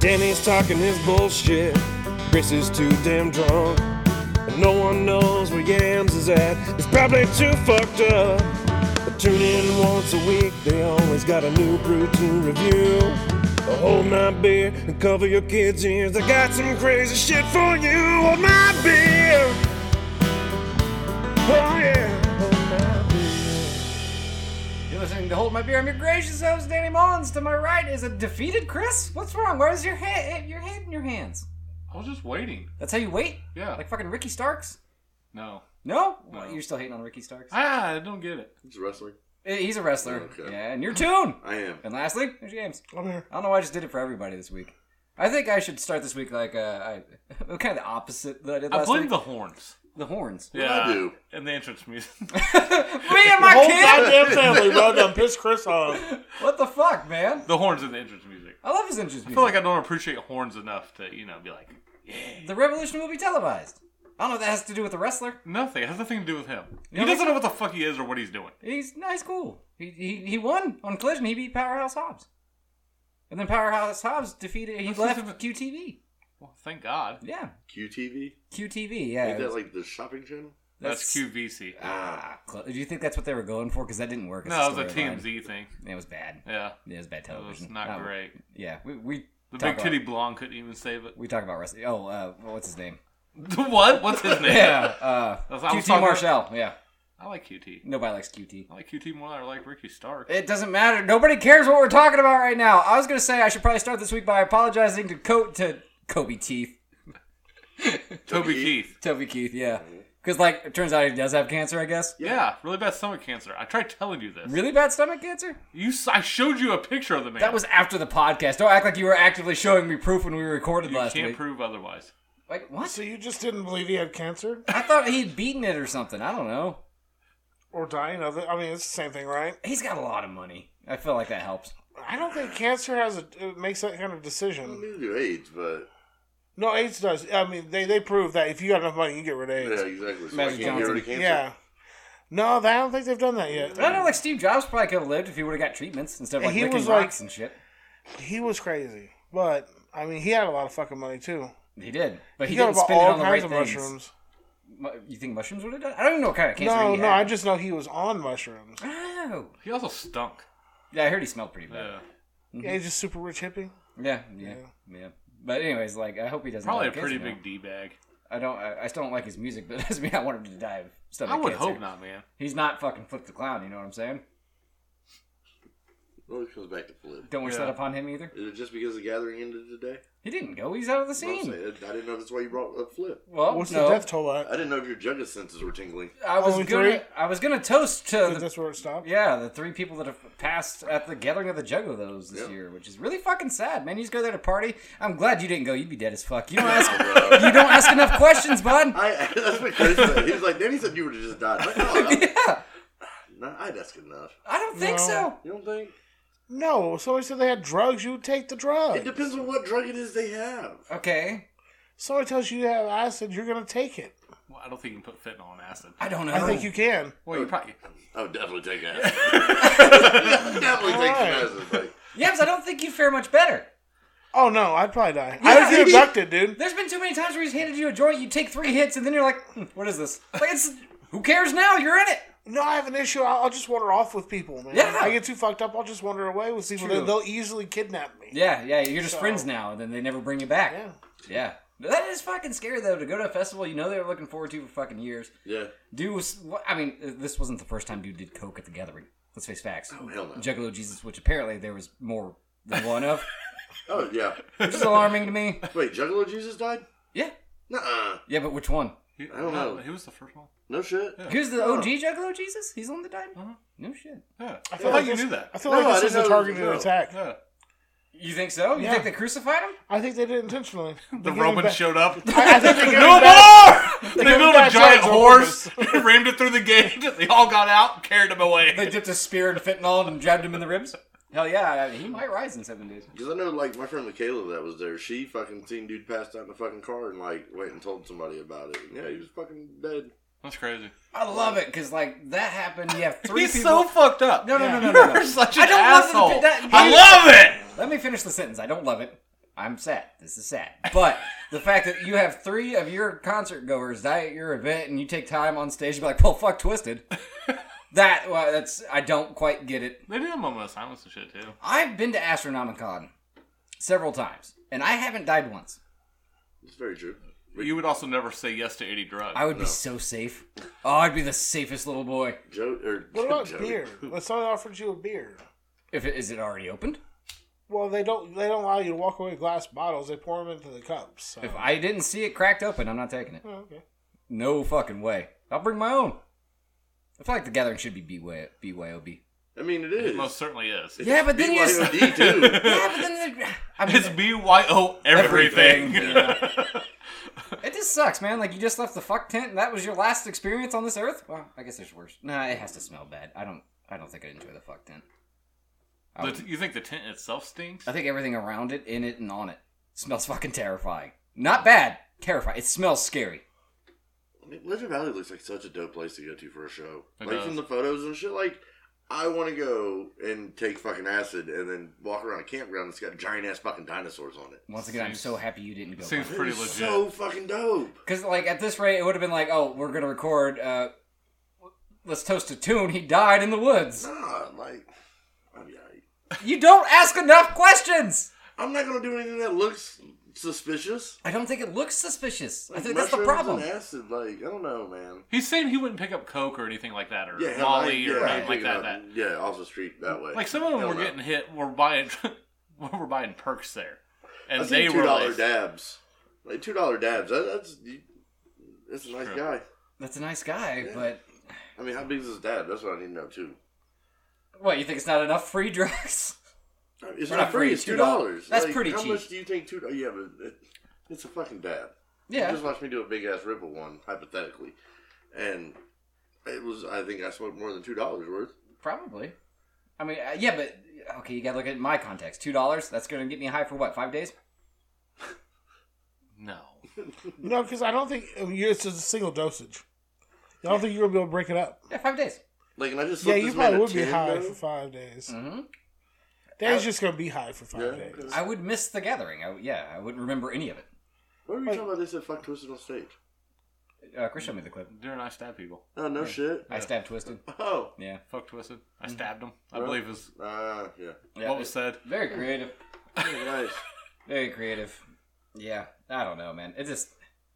Danny's talking his bullshit. Chris is too damn drunk. And no one knows where Yams is at. He's probably too fucked up. But tune in once a week. They always got a new brew to review. So hold my beer and cover your kids' ears. I got some crazy shit for you. Hold my beer. Oh yeah. Hold my beer. You're listening to Hold My Beer. I'm your gracious host, Danny Mullins. To my right is a defeated Chris. What's wrong? Where's your head? Your head in your hands. I was just waiting. That's how you wait? Yeah. Like fucking Ricky Starks? no. No? No. What, you're still hating on Ricky Starks? Ah, I don't get it. He's a wrestler. Eh, He's a wrestler. Okay. Yeah, and you're tuned. I am. And lastly, there's James. I'm here. I don't know why I just did it for everybody this week. I think I should start this week like uh, I, kind of the opposite that I did I last blame week. the horns. The horns. Yeah. I do? And the entrance music. Me and my Whole kid. goddamn family, bro. Done pissed Chris off. What the fuck, man? the horns and the entrance music. I love his entrance I music. feel like I don't appreciate horns enough to, you know, be like, the revolution will be televised. I don't know what that has to do with the wrestler. nothing. It has nothing to do with him. know, He doesn't know what the fuck he is or what he's doing. He's nice, cool. He, he he won on Collision. He beat Powerhouse Hobbs, and then Powerhouse Hobbs defeated. He left QTV. Well, thank God. Yeah, QTV? QTV. Yeah, Is that like the shopping channel? That's, QVC. Ah, cl- do you think that's what they were going for? Because that didn't work. as No, it was a storyline. TMZ thing. It was bad. Yeah. It was bad It television. was not Uh, great. Yeah, we we The talk big titty About, blonde couldn't even save it. we talk about wrestling. Oh, uh, what's his name? what? What's his name? Yeah, uh, That's- I was QT talking- Marshall. Yeah, I like QT. nobody likes QT. I like QT more than I like Ricky Stark. It doesn't matter. Nobody cares what we're talking about right now. I was gonna say I should probably start this week by apologizing to Co- to Kobe Teeth. Toby Keith. Toby Keith, yeah. Mm-hmm. Because, like, it turns out he does have cancer, I guess. Yeah. really bad stomach cancer. I tried telling you this. Really bad stomach cancer? You, s- I showed you a picture of the man. That was after the podcast. Don't act like you were actively showing me proof when we recorded you last can't week. prove otherwise. like, what? So you just didn't believe he had cancer I thought he'd beaten it or something. I don't know. or dying of it? I mean, it's the same thing, right? He's got a lot of money. I feel like that helps. I don't think cancer has a it makes that kind of Well, decision. neither do AIDS, but No, AIDS does. I mean, they they prove that if you got enough money, you get rid of yeah, AIDS. exactly. So I Magic can't get rid of Yeah. cancer. No, I don't think they've done that yet. I don't know, like, Steve Jobs probably could have lived if he would have got treatments instead of, like, He licking was, like- rocks and shit. He was crazy, but I mean, he had a lot of fucking money too. He did. But he, got didn't spend it on the right things. mushrooms. Mu- You think mushrooms would have done? I don't even know what kind of cancer No, he no, had. I just know he was on mushrooms. Oh. He also stunk. Yeah, I heard he smelled pretty bad. Yeah. Mm-hmm. Yeah, he's just super rich hippie. Yeah, yeah, yeah. But anyways, like, I hope he doesn't Probably a have cancer pretty now. big D bag. I don't. I, I still don't like his music, but that doesn't mean I want him to die of stomach I would cancer. hope not, man. He's not fucking Flip the Clown. You know what I'm saying? Well, it comes back to flip. Don't wish Yeah. that upon him either. Is it just because the gathering ended today? He didn't go. He's out of the Well, I'm scene. saying, I didn't know that's why you brought up flip. Well, What's no. the death toll I at? didn't know if your jugged senses were tingling. I was Only gonna. three? I was gonna toast to the. That's where it stopped. Yeah, the three people that have passed at the gathering of the Juggalos this Yeah. year, which is really fucking sad, man. You just go there to party. I'm glad you didn't go. You'd be dead as fuck. You don't ask. Bro. you don't ask enough questions, bud. uh, I, that's what Chris said. He was like, Danny said you would have just died. I'm Like, no, yeah, I, no, I'd ask enough. I don't think No. so. You don't think? No, somebody said they had drugs. You would take the drug. It depends on what drug it is they have. Okay, Somebody tells you you have acid, you're gonna take it. Well, I don't think you can put fentanyl on acid. I don't know. I think you can. Well, you probably. I would Oh, definitely take acid. definitely take some acid. Like, Yeah, 'cause I don't think you fare much better. Oh no, I'd probably die. I would get abducted, dude. There's been too many times where he's handed you a joint, you take three hits, and then you're like, "Hmm, "What is this? Like, it's who cares now? You're in it." No, I have an issue. I'll, I'll just wander off with people, man. Yeah. I get too fucked up. I'll just wander away with people. true. They, will easily kidnap me. Yeah, yeah, you're just friends now, and then they never bring you back. Yeah. yeah. But That is fucking scary though to go to a festival you know they were looking forward to for fucking years. yeah. Dude, was, wha- I mean, uh, this wasn't the first time dude did coke at the gathering. Let's face facts. Oh hell no. Juggalo Jesus, which apparently there was more than one of, Oh, yeah. which is alarming to me. Wait, Juggalo Jesus died? Yeah, Nuh-uh. yeah, but which one? He, I don't no, know. He was the first one. No shit. Who's the OG Juggalo Jesus? He's the one that died. No shit. Yeah. I feel feel like like you this- knew that. I feel No, I like this was didn't a know it was- targeted no. attack. Yeah. You think so? You Yeah. think they crucified him? I think they did it intentionally. The Roman showed up. I, I think they gave No him back- more! They, gave him built a back giant John's horse, rammed it through the gate, they all got out and carried him They away. dipped a spear in fentanyl and jabbed him in the ribs? Hell yeah, he might rise in seven days. Because I know, like, my friend Michaela that was there, she fucking seen dude passed out in a fucking car and, like, went and told somebody about it. And, yeah, he was fucking dead. That's crazy. I love it because like that happened. You have three He's people. so fucked up. No, no, no, no, You're no, no. such an I don't love asshole. the- that- I love it. Let me finish the sentence. I don't love it. I'm sad. This is sad. But the fact that you have three of your concert goers die at your event and you take time on stage to be like, well, fuck, twisted. that well, that's I don't quite get it. They did a moment of silence and shit too. I've been to Astronomicon several times and I haven't died once. It's very true. But you would also never say yes to any drug. I would be so safe. Oh, I'd be the safest little boy. Joe, or What about er, Joe- beer? If someone offered you a beer, If it is it already opened? well, they don't they don't allow you to walk away with glass bottles. They pour them into the cups. So. If I didn't see it cracked open, I'm not taking it. Oh, okay. No fucking way. I'll bring my own. I feel like the gathering should be BY- BYOB. I mean, it is. It most certainly is. Yeah, but then you just- BYOD too. Yeah, but then the, I mean, It's B Y O everything. Everything, it just sucks, man. Like you just left the fuck tent, and that was your last experience on this earth. Well, I guess there's worse. Nah, it has to smell bad. I don't. I don't think I enjoy the fuck tent. I, The would- t- you think the tent itself stinks? I think everything around it, in it, and on it smells fucking terrifying. Not bad, terrifying. It smells scary. I mean, Legend Valley looks like such a dope place to go to for a show. It like does. from the photos and shit, like I want to go and take fucking acid and then walk around a campground that's got giant ass fucking dinosaurs on it. Once again, I'm so happy you didn't go. Seems Because pretty It legit. is So fucking dope. like at this rate, it would have been like, oh, we're gonna record. uh Let's toast to tune. He died in the woods. Nah, like I mean, I, You don't ask enough questions. I'm not gonna do anything that looks suspicious. I don't think it looks suspicious. I Like, think that's the mushrooms problem. And acid, like I don't know, man. He's saying he wouldn't pick up coke or anything like that, or Yeah, hell, I- Molly or yeah, anything like picking that, up- that. Yeah, off the street that way. Like some of them Hell were no. getting hit. Were buying, were buying perks there, and I've seen they two were dollar like, dabs. Like two dollar dabs. That, that's you- that's a nice Sure. guy. That's a nice guy, but I mean, how big is his dab? That's what I need to know too. what you think it's not enough free drugs? It's Or not free. It's two dollars. That's pretty how cheap. How much do you think two? oh, Yeah, but it, it's a fucking dab. You yeah, just watched me do a big ass ripple one, hypothetically, and it was. I think I smoked more than two dollars worth. probably. I mean, uh, yeah, but okay, you gotta look at my context. Two dollars. That's gonna get me high for what? Five days? no. No, because I don't think I mean, it's just a single dosage. I don't think you're gonna be able to break it up. Yeah, five days. Like, and I just Yeah, slipped you this man probably a would be 10, high though. for five days. hmm Dan's just gonna be high for five Yeah, days. okay. I would miss the gathering. I, yeah, I wouldn't remember any of it. What were you talking about? They said fuck twisted on stage. Uh, Chris showed me the clip. Dude, and I stabbed people. Oh no shit. I stabbed twisted. Oh. Yeah, Fuck twisted. I stabbed him. I believe is Ah, Mm-hmm. yeah. yeah what was said. very creative. Very nice. Very creative. Yeah, I don't know, man. It just,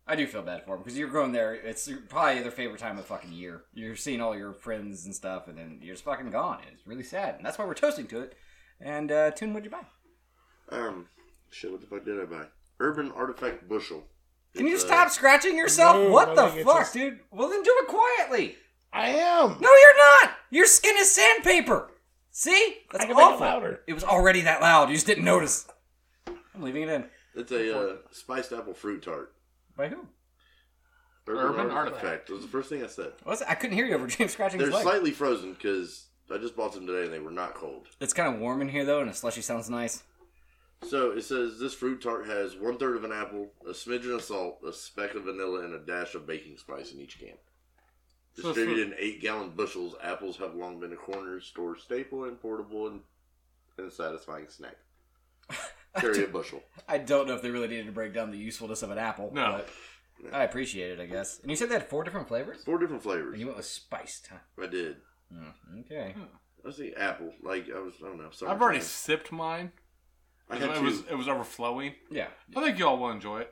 I do feel bad for him because you're going there. It's probably their favorite time of the fucking year. You're seeing all your friends and stuff, and then you're just fucking gone. It's really sad, and that's why we're toasting to it. And uh, tune, what'd you buy? Um, shit. What the fuck did I buy? Urban artifact bushel. Can you It's, uh, stop scratching yourself? no, what I the think it's fuck, just- dude? Well, then do it quietly. I am. No, you're not. Your skin is sandpaper. See, that's I can make it awful. louder. It was already that loud. You just didn't notice. I'm leaving it in. It's a uh, spiced apple fruit tart. By who? Urban, Urban artifact. Artifact. was the first thing I said. What was it? I couldn't hear you over James scratching They're his leg. slightly frozen because I just bought them today and they were not cold. It's kind of warm in here though, and a slushy sounds nice. So it says this fruit tart has one third of an apple, a smidgen of salt, a speck of vanilla, and a dash of baking spice in each can. So it's Distributed in eight gallon bushels, apples have long been a corner store staple and portable and, and satisfying snack. Carry a bushel. I don't know if they really needed to break down the usefulness of an apple. No. But I appreciate it, I guess. And you said they had four different flavors? Four different flavors. And you went with spiced, huh? I did. Mm, okay. I see apple. Like I was. I don't know. I've already sipped mine. I had it two. was it was overflowing. Yeah. I think y'all will enjoy it.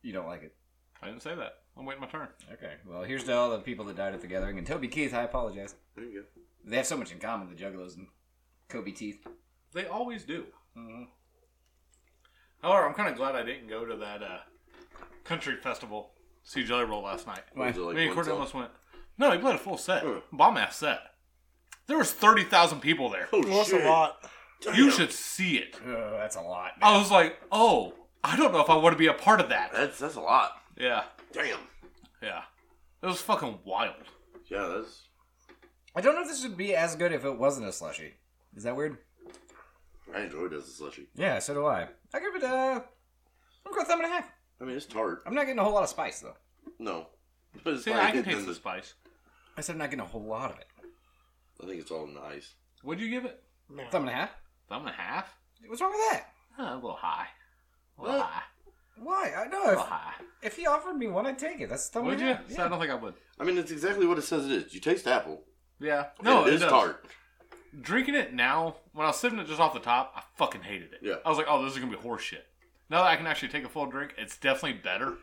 You don't like it. I didn't say that. I'm waiting my turn. Okay. Well, here's to all the people that died at the gathering. And Toby Keith, I apologize. There you go. They have so much in common, the Juggalos and Kobe Teeth. They always do. Mhm. Mm-hmm. However, I'm kind of glad I didn't go to that uh, country festival. See Jelly Roll last night. Why? Was it like Me and one Courtney song? almost went. No, he played a full set, Huh. bomb ass set. There was thirty thousand people there. Oh Well, that's shit! a lot. You Damn. should see it. Oh, that's a lot. man. I was like, oh, I don't know if I want to be a part of that. That's that's a lot. Yeah, Damn. yeah. It was fucking wild. Yeah, that's. I don't know if this would be as good if it wasn't a slushy. Is that weird? I enjoyed it as a slushie. Yeah, so do I. I give it a. I'm going to thumb and a half. I mean, it's tart. I'm not getting a whole lot of spice, though. No, But it's See, like I can it- taste then the spice. I said I'm not getting a whole lot of it. I think it's all in the ice. What'd you give it? No. Thumb and a half? Thumb and a half? What's wrong with that? Huh, a little high. A little What? high. Why? I know A if, little high. if he offered me one, I'd take it. That's a thumb Would and a you? half. See, I don't think I would. I mean, it's exactly what it says it is. You taste apple. Yeah. No, No, it is does. tart. Drinking it now, when I was sipping it just off the top, I fucking hated it. Yeah. I was like, oh, this is gonna be horse shit. Now that I can actually take a full drink, it's definitely better.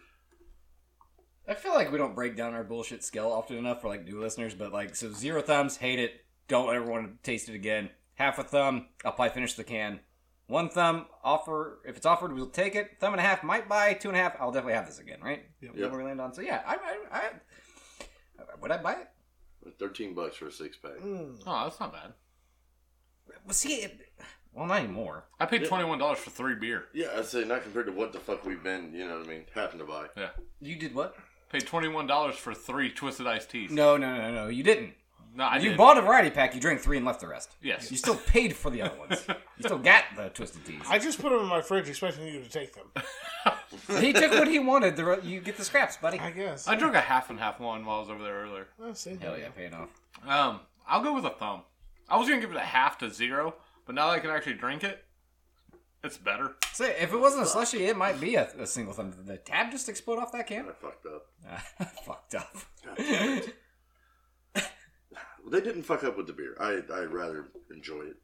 I feel like we don't break down our bullshit scale often enough for like new listeners, but like so zero thumbs, hate it, don't ever want to taste it again. Half a thumb, I'll probably finish the can. One thumb, offer if it's offered, we'll take it. Thumb and a half, might buy. Two and a half, I'll definitely have this again, right? Yep. That's what we land on. So yeah, I, I, I- would I buy it? Thirteen bucks for a six pack. Mm. Oh, that's not bad. Well, see, it, well not anymore. I paid twenty one dollars for three beer. Yeah, I say not compared to what the fuck we've been. You know what I mean? Happen to buy. Yeah. You did what? Paid twenty one dollars for three twisted iced teas. No, no, no, no, you didn't. No, I you did. bought a variety pack, you drank three and left the rest. Yes. You still paid for the other ones. You still got the twisted teas. I just put them in my fridge expecting you to take them. he took what he wanted. The, re- you get the scraps, buddy. I guess. I drank a half and half one while I was over there earlier. Well, see, Hell yeah, paying off. Um, I'll go with a thumb. I was gonna give it a half to zero, but now that I can actually drink it, it's better. So if it wasn't a slushy, it might be a, a single thumb. Did the tab just explode off that can? I fucked up. fucked up. They didn't fuck up with the beer. I I rather enjoy it,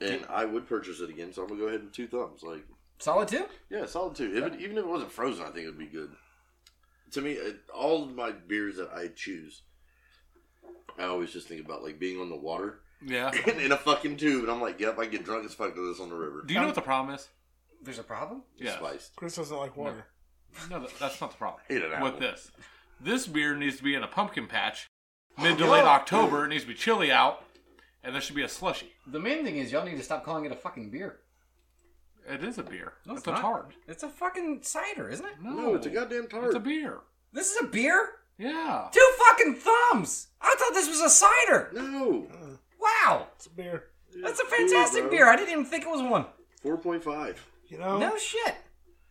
and I would purchase it again. So I'm gonna go ahead and two thumbs. Like Solid two. yeah, solid two. If it, even if it wasn't frozen, I think it would be good. To me, it, all of my beers that I choose, I always just think about like being on the water Yeah. in a fucking tube, and I'm like, yep, I get drunk as fuck with this on the river. Do you know what the Um, problem is? There's a problem. It's Spiced. Chris doesn't like water. No, th- that's not the problem. Eat an apple. With this, this beer needs to be in a pumpkin patch, Oh, mid to late October. It needs to be chilly out, and there should be a slushy. The main thing is y'all need to stop calling it a fucking beer. It is a beer. No, it's it's a not. tart. It's a fucking cider, isn't it? No, No, it's a goddamn tart. It's a beer. This is a beer. Yeah. Two fucking thumbs. I thought this was a cider. no, Wow, It's a beer. that's a fantastic beer. I didn't even think it was one. four point five. You know? No shit.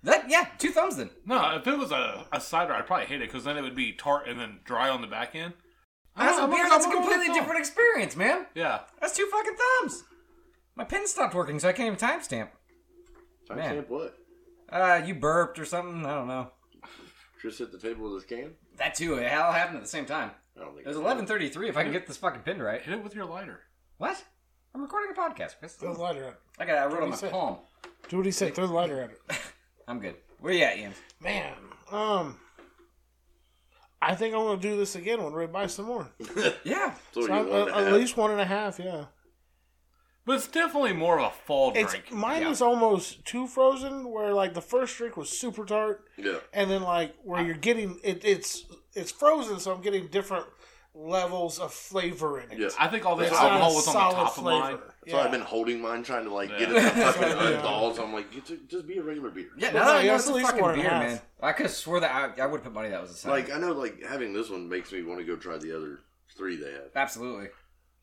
That yeah, two thumbs then. No, if it was a, a cider, I'd probably hate it because then it would be tart and then dry on the back end. That's I'm a gonna- beer. I'm That's a gonna go with completely thumb. different experience, man. Yeah. That's two fucking thumbs. My pen stopped working, so I can't even timestamp. Man. Timestamp what? Uh, you burped or something. I don't know. Just hit the table with this can. That too. It all happened at the same time. I don't think It was eleven thirty-three. If I can get this fucking pinned right. Hit it with your lighter. What? I'm recording a podcast, Chris. Throw the lighter at it. I got. I wrote on my you said. palm. Do what he said. Throw the lighter at it. I'm good. Where you at, Ian? Man, um, I think I'm gonna do this again when Ray buys some more. Yeah. So So you I'm, want uh, to at have- least one and a half. Yeah, But it's definitely more of a fall it's drink. mine Yeah. is almost too frozen. Where like the first drink was super tart, Yeah. and then like where you're getting it, it's it's frozen, so I'm getting different levels of flavor in it. Yeah. I think all this It's not alcohol a was on the solid top of mine. flavor. So I've been holding mine, trying to like get it Yeah. to fucking Yeah. unthawed. So I'm like, it's just be a regular beer. Yeah. Well, No, no, no, yeah, it's it's at a least fucking one and a beer, half. uh, man. I could have swore that I, I would put money that was a sign. Like I know, like having this one makes me want to go try the other three they have. absolutely.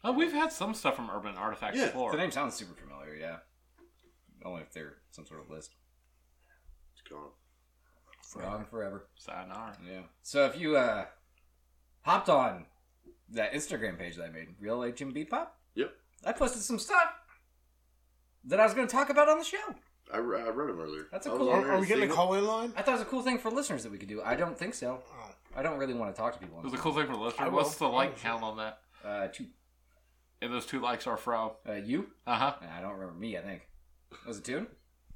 Oh, we've had some stuff from Urban Artifacts Yeah. The before. name sounds super familiar. Yeah. Only if they're some sort of list. It's gone. Gone forever. Sayonara. Yeah. So if you uh hopped on that Instagram page that I made, Real HMB Pop, Yep. I posted some stuff that I was going to talk about on the show. I, re- I read them earlier. That's a I was cool- on Are, there are we and getting a seeing call in line? I thought it was a cool thing for listeners that we could do. I don't think so. Oh. I don't really want to talk to people. It On was a cool thing for the listener. I What's the will. like count on that? uh, two. And those two likes are from. Uh, you? Uh huh. Nah, I don't remember me. I think was it Tune?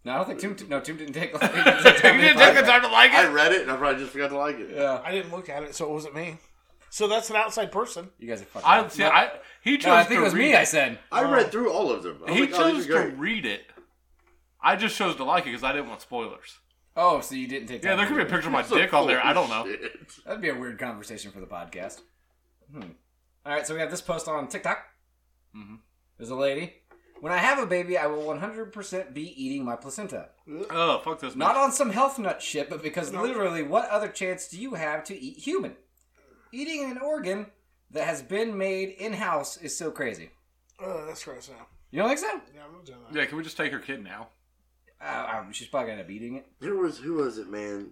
No, I don't think Tune. no, Tune didn't take. he you didn't take the time to like it. I it. read it and I probably just forgot to like it. Yeah. I didn't look at it, so it wasn't me. So that's an outside person. You guys are fucking. I, see, No, I he chose no, I think to it was read me. I said. I read through all of them. I was he like, oh, these chose are to great. read it. I just chose to like it because I didn't want spoilers. Oh, so you didn't take. Yeah, time there to could be do a it. picture of my So dick on there. full I don't of know. shit. That'd be a weird conversation for the podcast. Hmm. All right, so we have this post on TikTok. Mm-hmm. Mhm. There's a lady. When I have a baby, I will 100% be eating my placenta. Oh, fuck this. Not bitch. on some health nut shit, but because No. literally, what other chance do you have to eat human? Eating an organ that has been made in house is so crazy. Oh, that's gross now. You don't think so? Yeah, I'm not doing that. yeah, can we just take her kid now? uh, um, she's probably gonna end up eating it. There was who was it, man?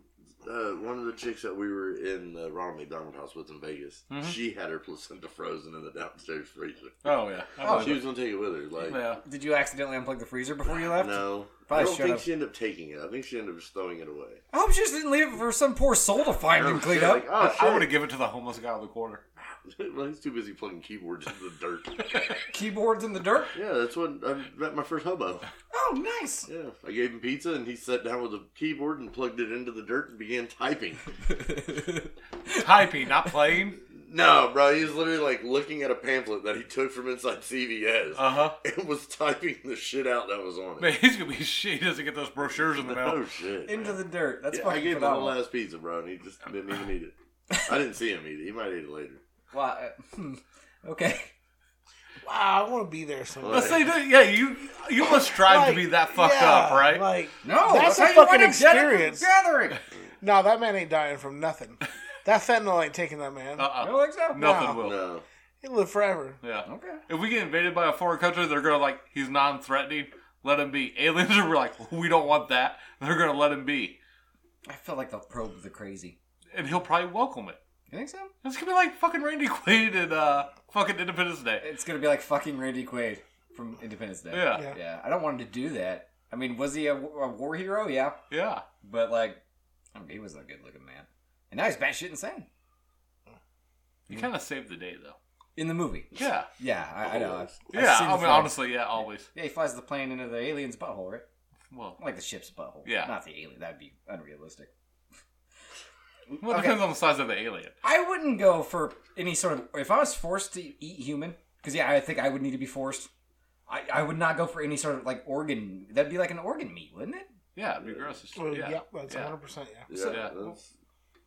Uh, one of the chicks that we were in uh, Ronald McDonald House with in Vegas. Mhm. She had her placenta frozen in the downstairs freezer. Oh yeah. Oh, I she believe was gonna take it with her. Like, it. yeah. Did you accidentally unplug the freezer before you left? no, Probably I don't should think have. she ended up taking it. I think she ended up just throwing it away. I hope she just didn't leave it for some poor soul to find and clean Yeah, up. like, oh, I would shit. have given it to the homeless guy on the corner. well, he's too busy plugging keyboards into the dirt. Keyboards in the dirt. yeah, that's when I met my first hobo. Oh, nice. Yeah, I gave him pizza and he sat down with a keyboard and plugged it into the dirt and began typing. Typing, not playing. no, bro, he was literally like looking at a pamphlet that he took from inside CVS Uh huh. and was typing the shit out that was on it. Man, he's gonna be shit. He doesn't get those brochures in the Oh mail. shit! Into man. the dirt. That's Yeah, I fucking gave him the whole phenomenal. last pizza, bro, and he just didn't even eat it. I didn't see him eat it. He might eat it later. Wow. uh, hmm. Okay. Wow, I want to be there someday. Let's say, that- yeah, you you must strive to be that fucked yeah, up, right? Like, No, That's a how you fucking wind up gathering- experience. Gathering. no, that man ain't dying from nothing. That fentanyl ain't taking that man. uh uh I don't think so. Nothing no. will. No, He'll live forever. Yeah. "Oh, Okay. If we get invaded by a foreign country, they're gonna like he's non-threatening. Let him be. Aliens are like, we don't want that. They're gonna let him be, I feel like they'll probe the crazy. and he'll probably welcome it. You think so? It's gonna be like fucking Randy Quaid and uh, fucking Independence Day. It's gonna be like fucking Randy Quaid from Independence Day. Yeah, yeah. Yeah. Yeah. I don't want him to do that. I mean, was he a, a war hero? Yeah. But like, I mean, he was a good looking man, and now he's batshit insane You kind of saved the day though. in the movie. Yeah, Yeah, I, I know. I've, I've yeah. seen I the mean, film. honestly, yeah, always. yeah, he flies the plane into the alien's butthole, right? Well, Like the ship's butthole. Yeah. not the alien. That'd be unrealistic. well, it Okay. depends on the size of the alien. I wouldn't go for any sort of. If I was forced to eat human, because yeah, I think I would need to be forced. I, I would not go for any sort of like organ. That'd be like an organ meat, wouldn't it? Yeah, it'd be gross. as Well, shit. Yeah, Yep, that's yeah. 100%. Yeah. yeah, So- that's-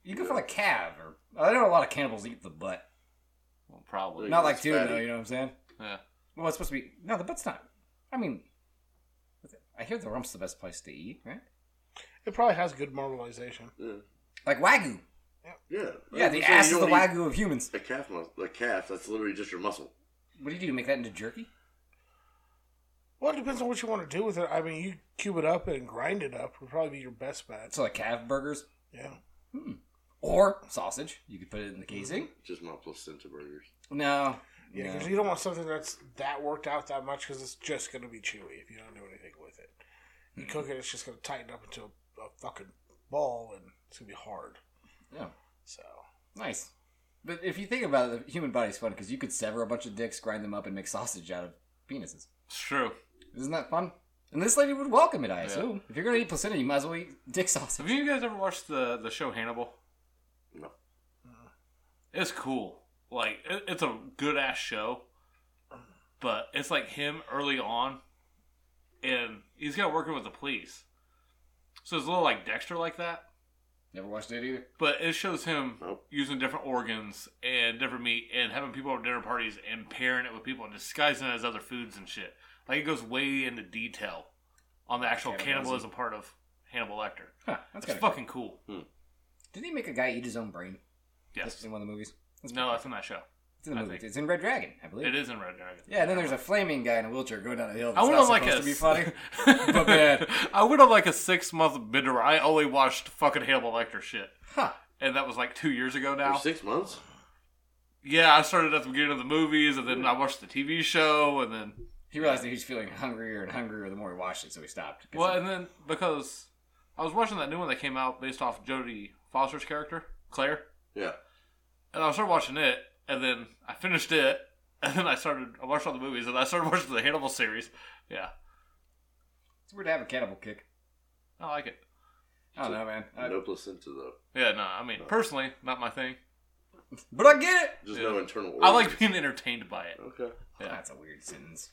You go for like calf, or I know a lot of cannibals eat the butt. Well, probably. Not like it's tuna, fatty. you know what I'm saying? Yeah. Well, it's supposed to be. No, the butt's not. I mean, I hear the rump's the best place to eat, right? It probably has good marbleization. Like wagyu. yeah, Yeah, the So ass you is the don't eat wagyu of humans. A calf muscle, a calf. That's literally just your muscle. What do you do? Make that into jerky? Well, it depends on what you want to do with it. I mean, you cube it up and grind it up would probably be your best bet. So like calf burgers Yeah. or sausage. You could put it in the casing. Just my placenta burgers. No. Yeah, No. because you don't want something that's that worked out that much because it's just going to be chewy if you don't do anything with it. You Mm-hmm. cook it, it's just going to tighten up into a, a fucking ball and it's going to be hard. Yeah. So, Nice. But if you think about it, the human body's fun because you could sever a bunch of dicks, grind them up, and make sausage out of penises. It's true. Isn't that fun? And this lady would welcome it, I Yeah. assume. If you're gonna eat placenta, you might as well eat dick sausage. Have you guys ever watched the the show Hannibal? Mm. No. It's cool. Like it, it's a good ass show, but it's like him early on, and he's got working with the police. So it's a little like Dexter, like that. Never watched it either. But it shows him Nope. using different organs and different meat and having people over dinner parties and pairing it with people and disguising it as other foods and shit. Like it goes way into detail on the actual Cannibalism. cannibalism part of Hannibal Lecter. Huh, that's It's kind of. fucking cool. Did he make a guy eat his own brain? That's Yes. in one of the movies. That's No, that's in that show. It's in the I movie. think- It's in Red Dragon, I believe. It is in Red Dragon. Yeah, and then there's a flaming guy in a wheelchair going down a hill. That's I went not on like supposed a to be funny. but bad. I went on like a six month bender. where I only watched fucking Hannibal Lecter shit, Huh. and that was like two years ago For now. six months. Yeah, I started at the beginning of the movies, and then I watched the TV show, and then He realized that he was feeling hungrier and hungrier the more he watched it, so he stopped. 'Cause well, and then because I was watching that new one that came out based off Jodie Foster's character Claire, Yeah, and I started watching it, and then I finished it, and then I started I watched all the movies, and I started watching the Hannibal series. Yeah, it's weird to have a cannibal kick. I like it. I don't know, man. I- no placenta though. Yeah, no, I mean personally, not my thing. But I get it. Just Yeah. no internal. Organs. I like being entertained by it. Okay. Yeah. That's a weird sentence.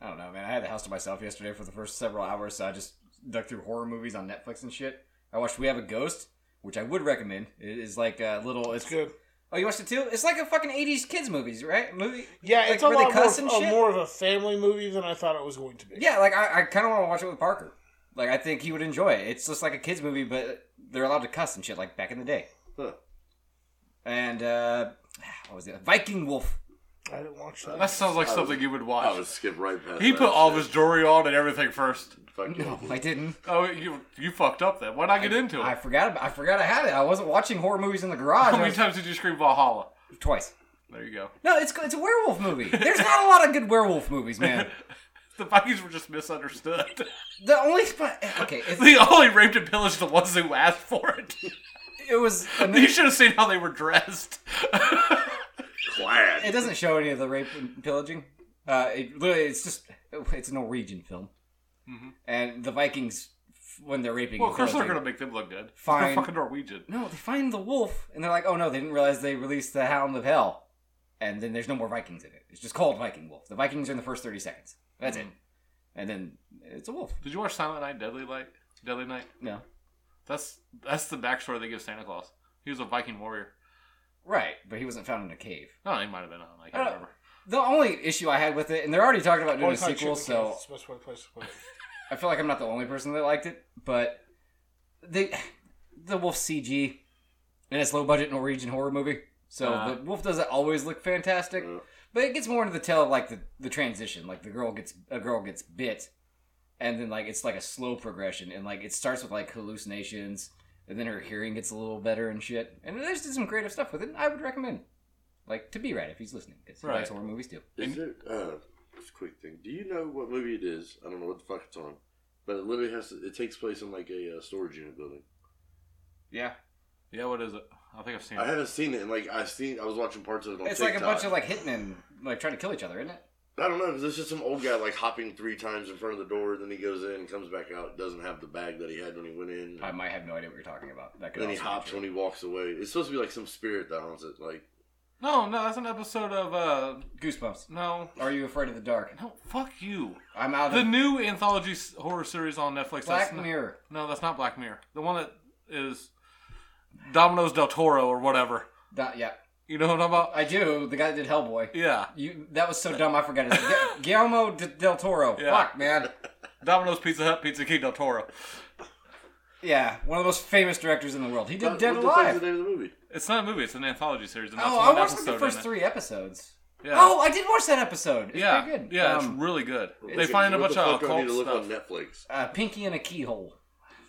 I don't know, man. I had the house to myself yesterday for the first several hours, so I just dug through horror movies on Netflix and shit. I watched We Have a Ghost, which I would recommend. It is like a little. It's it's good. Oh, you watched it too? It's like a fucking '80s kids movies, right? Movie. Yeah, like, it's a where they lot cuss and more, of- a shit? more of a family movie than I thought it was going to be. Yeah, like I, I kind of want to watch it with Parker. Like I think he would enjoy it. It's just like a kids movie, but they're allowed to cuss and shit, like back in the day. Huh. And uh, what was it? Viking Wolf. I didn't watch that. That sounds like something you would I watch. would skip right past. he that put all of shit. his jewelry on and everything first. Fuck yeah. No, you did. I didn't. Oh, you you fucked up then. Why not get into it? I forgot. About, I forgot I had it. I wasn't watching horror movies in the garage. Oh, How I many was, times did you scream Valhalla? twice. There you go. No, it's it's a werewolf movie. There's not a lot of good werewolf movies, man. The Vikings were just misunderstood. The only spot. Okay, it's, they only raped and pillaged the ones who asked for it. it was. you should have seen how they were dressed. It Glad. doesn't show any of the rape and pillaging. Uh, it literally, it's just it's a Norwegian film, and the Vikings when they're raping. well, of and course they're pillaging- gonna make them look good. Fine. They're fucking Norwegian. No, they find the wolf, and they're like, "Oh no, they didn't realize they released the Hound of Hell." And then there's no more Vikings in it. It's just called Viking Wolf. The Vikings are in the first thirty seconds. That's it. And then it's a wolf. Did you watch Silent Night, Deadly Light, Deadly Night? No, That's that's the backstory they give Santa Claus. He was a Viking warrior. right? But he wasn't found in a cave. No, Oh, he might have been on. I I don't- can't remember. The only issue I had with it, and they're already talking about doing a Always hide sequel, chicken so cans. It's the best way to place to put it. I feel like I'm not the only person that liked it, but they the wolf CG and it's low budget Norwegian horror movie. So Uh. the wolf doesn't always look fantastic. Yeah. But it gets more into the tale of like the, the transition. Like the girl gets a girl gets bit and then like it's like a slow progression and like it starts with like hallucinations and then her hearing gets a little better and shit. And there's just some creative stuff with it. and I would recommend. Like to be right if he's listening, because he Right. likes horror movies too. Is there, uh, just a quick thing. Do you know what movie it is? I don't know what the fuck it's on, but it literally has to, it takes place in like a uh, storage unit building. Yeah, Yeah, what is it? I think I've seen I it. haven't seen it, and like I seen, I was watching parts of it on it's TikTok. like a bunch of like hitmen like trying to kill each other, isn't it? I don't know because it's just some old guy like hopping three times in front of the door, then he goes in, comes back out, doesn't have the bag that he had when he went in, I might have no idea what you're talking about. That could then he also be hops true. when he walks away. It's supposed to be like some spirit that owns it. Like No, no, that's an episode of uh Goosebumps. no. Are you afraid of the dark? No, fuck you. I'm out The of new anthology s- horror series on Netflix. Black that's not- Mirror. No, that's not Black Mirror. The one that is Domino's del Toro or whatever. Da- yeah, You know what I'm about? I do. The guy that did Hellboy. Yeah, You that was so dumb. I forgot it. Gu- Guillermo d- del Toro. Yeah. Fuck man. Domino's Pizza Hut, Pizza King del Toro. Yeah, one of the most famous directors in the world. He did What Dead the fuck's Alive. the name of the movie? It's not a movie. It's an anthology series. And that's Oh, one I watched like episode the first in it. three episodes. Yeah. Oh, I did watch that episode. It's yeah, pretty good. yeah, Um, it's really good. They Look at- find a what bunch the of fuck do I need to occult look stuff. on Netflix. uh, Pinky in a Keyhole.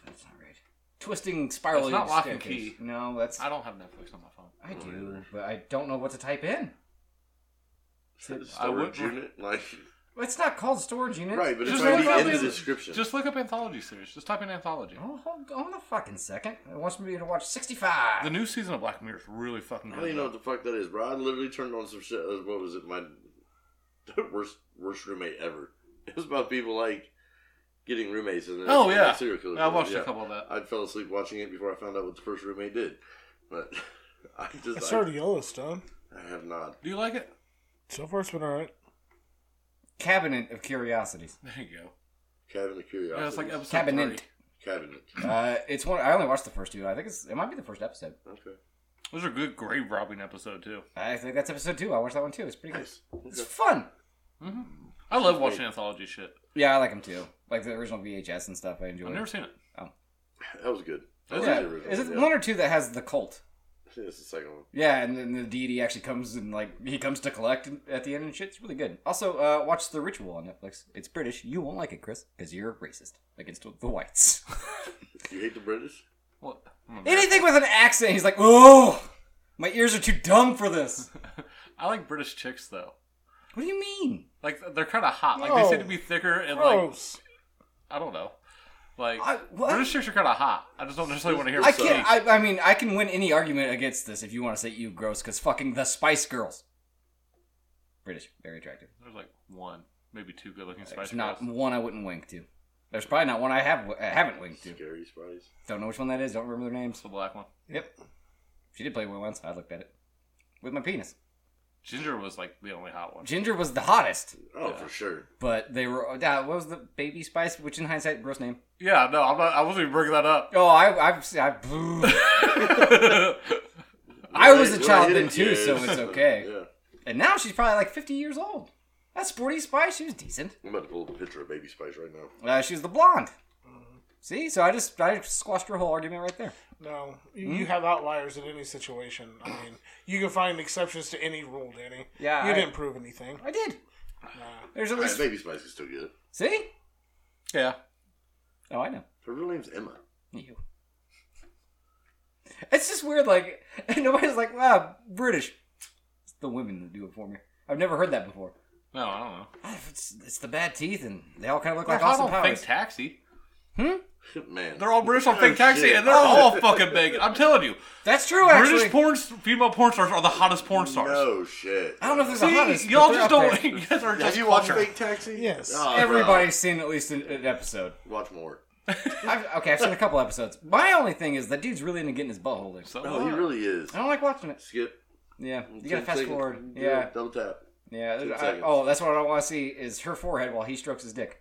That's not right. Twisting spiral. That's not lock and staircase. key. No, that's I don't have Netflix on my phone. I do, but I don't know what to type in. I would- Storage unit, like It's not called storage unit. right, but it's Just already look in up the the- description. Just look up anthology series. Just type in anthology. Oh, hold on a fucking second. It wants me to watch 65. The new season of Black Mirror is really fucking I good. don't even know what the fuck that is, bro. I literally turned on some shit. uh, What was it? My worst worst roommate ever. It was about people like getting roommates and then Oh, like, yeah. serial killers. I watched Yeah. a couple of that. I fell asleep watching it before I found out what the first roommate did, but I I just I, started Yellowstone. I have not. Do you like it? So far, it's been alright. Cabinet of Curiosities. There you go. Cabinet of Curiosity. Yeah, it's like episode Cabinet. three. Cabinet. Uh, it's one. I only watched the first two. I think it's. It might be the first episode. Okay. Those are good grave robbing episode too. I think that's episode two. I watched that one too. It's pretty good. Nice. It's Okay. fun. I love watching anthology shit. Yeah, I like them too. Like the original VHS and stuff. I enjoy. I've never seen it. That was good. That was yeah. the original, Is it yeah. one or two that has the cult? Yeah, it's the second one. Yeah, and then the deity actually comes and like he comes to collect at the end and shit. It's really good. Also, uh, watch The Ritual on Netflix. It's British. You won't like it, Chris, because you're racist against the whites. You hate the British? What? Hmm. Anything with an accent, he's like, oh, my ears are too dumb for this. I like British chicks though. What do you mean? Like they're kind of hot. Like they seem No. to be thicker and like Gross. I don't know. Like I- what? British chicks are kind of hot. I just don't necessarily want to hear. I them can't. speak. I, I mean, I can win any argument against this if you want to say you gross, because fucking the Spice Girls, British, very attractive. There's like one, maybe two good-looking Spice There's not Girls. one I wouldn't wink to. There's probably not one I have I haven't winked to. Scary Spice. Don't know which one that is. Don't remember their It's names. the black one. Yep. She did play one once. I looked at it with my penis. Ginger was like the only hot one. Ginger was the hottest, Oh, for sure. but they were. Uh, what was the baby Spice? Which in hindsight, gross name. Yeah, no, I'm not. I wasn't even bringing that up. Oh, I, I've, I've I was a Right, child right, then yeah, too, yeah, so yeah. it's okay. Yeah. And now she's probably like 50 years old. That sporty spice, she was decent. I'm about to pull up a picture of Baby Spice right now. Uh, she was the blonde. See, so I just I just squashed her whole argument right there. No, you, you Hmm? have outliers in any situation. I mean, you can find exceptions to any rule, Danny. Yeah, you I- didn't prove anything. Uh, I did. There's at All right, least Baby Spice is still good. see. Yeah, Oh, I know. Her real name's Emma. You. It's just weird, like, nobody's like, wow, British. It's the women that do it for me. I've never heard that before. No, I don't know. It's, it's the bad teeth, and they all kind of look Like, like I Austin don't think Powers. Taxi. Man, They're all British on Fake Oh, Taxi, shit. and they're all fucking big. I'm telling you, That's true, actually. British porn female porn stars are the hottest porn stars. Oh, No shit. I don't know if there's See, a hottest. but y'all they're just up don't. there. You guys are Have just you watched culture. Fake Taxi? Yes. Oh, Everybody's seen at least an, an episode. bro. Watch more. I've, okay, I've seen a couple episodes. My only thing is that dude's really into getting his butt holders. So, No, he uh, really is. I don't like watching it. Skip. Yeah, Oh. you Ten gotta fast seconds. forward. Do it. Yeah, Double tap. yeah. Ten I- seconds. oh, that's what I want to see is her forehead while he strokes his dick.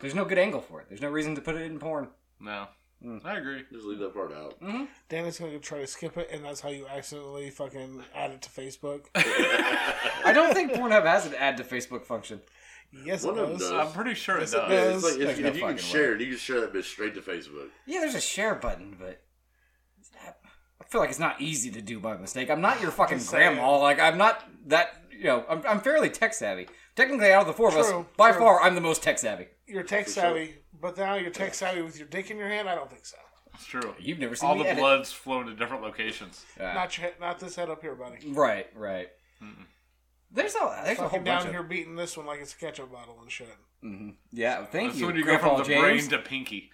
There's no good angle for it. There's no reason to put it in porn. no, Hmm. I agree. Just leave that part out. Mm-hmm. Danny's gonna try to skip it, and that's how you accidentally fucking add it to Facebook. I don't think Pornhub has an add to Facebook function. Yes, it One of them does. does. I'm pretty sure it Yes, it does. Yeah, it's does. like if, There's no if you can fucking share it, you can share that bitch straight to Facebook. Yeah, there's a share button, but it's not- I feel like it's not easy to do by mistake. I'm not your fucking Just saying. grandma. Like I'm not that. You know, I'm, I'm fairly tech savvy. Technically, out of the four of us, True, by true. far, I'm the most tech savvy. You're tech savvy, but now you're tech savvy with your dick in your hand. I don't think so. It's true. You've never seen All me the edit. blood's flowing to different locations. Ah. Not your, head- not this head up here, buddy. Right, right. There's a there's a whole Fucking bunch down of here beating this one like it's a ketchup bottle and shit. yeah. Thank That's you, when you Grandpa go from the James. brain to pinky.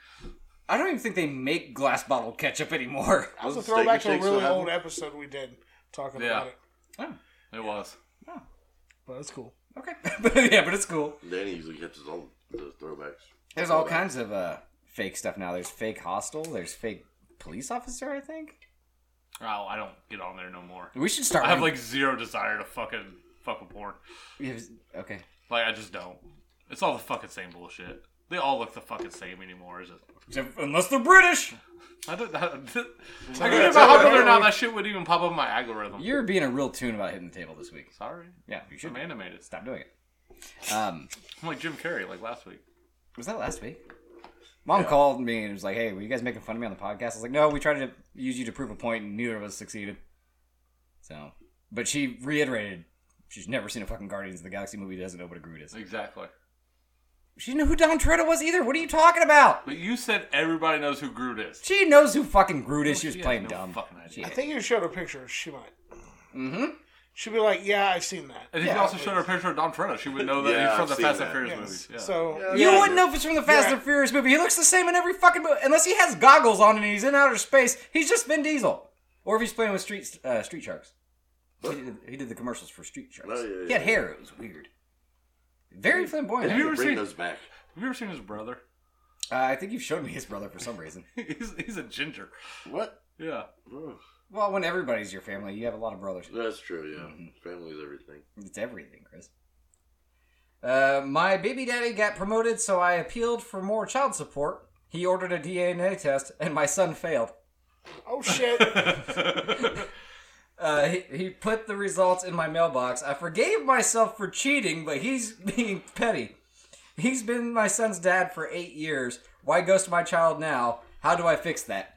I don't even think they make glass bottle ketchup anymore. That was a Steak and throwback to a Shake still really have old them? episode we did talking Yeah. about it, It was. but it's cool. Oh, Okay, but yeah, but it's cool. Danny usually catches all the throwbacks. There's all kinds of uh, fake stuff now. There's fake hostel. There's fake police officer. I think Oh, I don't get on there no more. we should start. I have running- like zero desire to fucking fuck with porn. Yeah, okay. Like I just don't. It's all the fucking same bullshit. They all look the fucking same anymore. Is it? Except- unless they're British, I don't. I, I don't know how come or not that shit would even pop up in my algorithm. you're being a real tune about hitting the table this week. Sorry, Yeah, you should I'm animated. stop doing it. Um, I'm like Jim Carrey, like last week. was that last week? Mom called me and was like, "Hey, were you guys making fun of me on the podcast?" I was like, "No, we tried to use you to prove a point, and neither of us succeeded." So, but she reiterated she's never seen a fucking Guardians of the Galaxy movie. Doesn't know what a Groot is. Exactly. She didn't know who Don Toretto was either. What are you talking about? But you said everybody knows who Groot is. She knows who fucking Groot is. She was She has playing no dumb. Fucking idea. I think you showed her pictures. She might. Mm-hmm. She'd be like, "Yeah, I've seen that." And if you also showed her a picture of Don Toretto, she would know that Yeah, he's from I've the seen Fast and that. Furious Yes. movies. Yeah. So Oh, Yeah. You wouldn't know if it's from the Fast Yeah. and Furious movie. He looks the same in every fucking movie, unless he has goggles on and he's in outer space. He's just Vin Diesel, or if he's playing with street uh, Street Sharks. He did, he did the commercials for Street Sharks. Oh, yeah, he had yeah, hair. It was weird. Very flamboyant. Have actor. you ever Bring seen? those back. Have you ever seen his brother? Uh, I think you've shown me his brother for some reason. he's, he's a ginger. What? Yeah. Oh, Well, when everybody's your family, you have a lot of brothers. that's true. Yeah, Mm-hmm. family's everything. It's everything, Chris. Uh, my baby daddy got promoted, so I appealed for more child support. He ordered a DNA test, and my son failed. oh shit, Uh, he, he put the results in my mailbox. I forgave myself for cheating, but he's being petty. He's been my son's dad for eight years. Why ghost my child now? How do I fix that?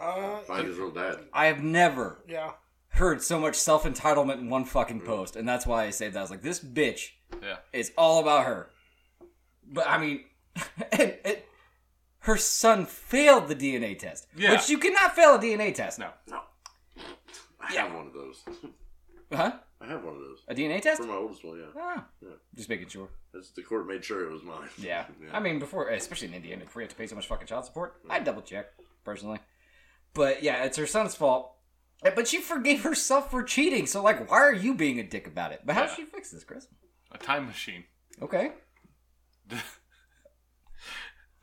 uh, Find his real dad. I have never yeah. heard so much self entitlement in one fucking post, and that's why I saved that. I was like, this bitch Yeah. is all about her. But I mean, and it, her son failed the DNA test, Yeah. which you cannot fail a DNA test. No. I have one of those. huh? I have one of those A DNA test? for my oldest one. Yeah, Ah. Yeah. Just making sure. that's the court made sure it was mine. Yeah. I mean, before, especially in Indiana, before you have to pay so much fucking child support, I'd double check, personally. But yeah, it's her son's fault. Eh, But she forgave herself for cheating, so like, why are you being a dick about it? But how does she fix this, Chris? A time machine. Okay.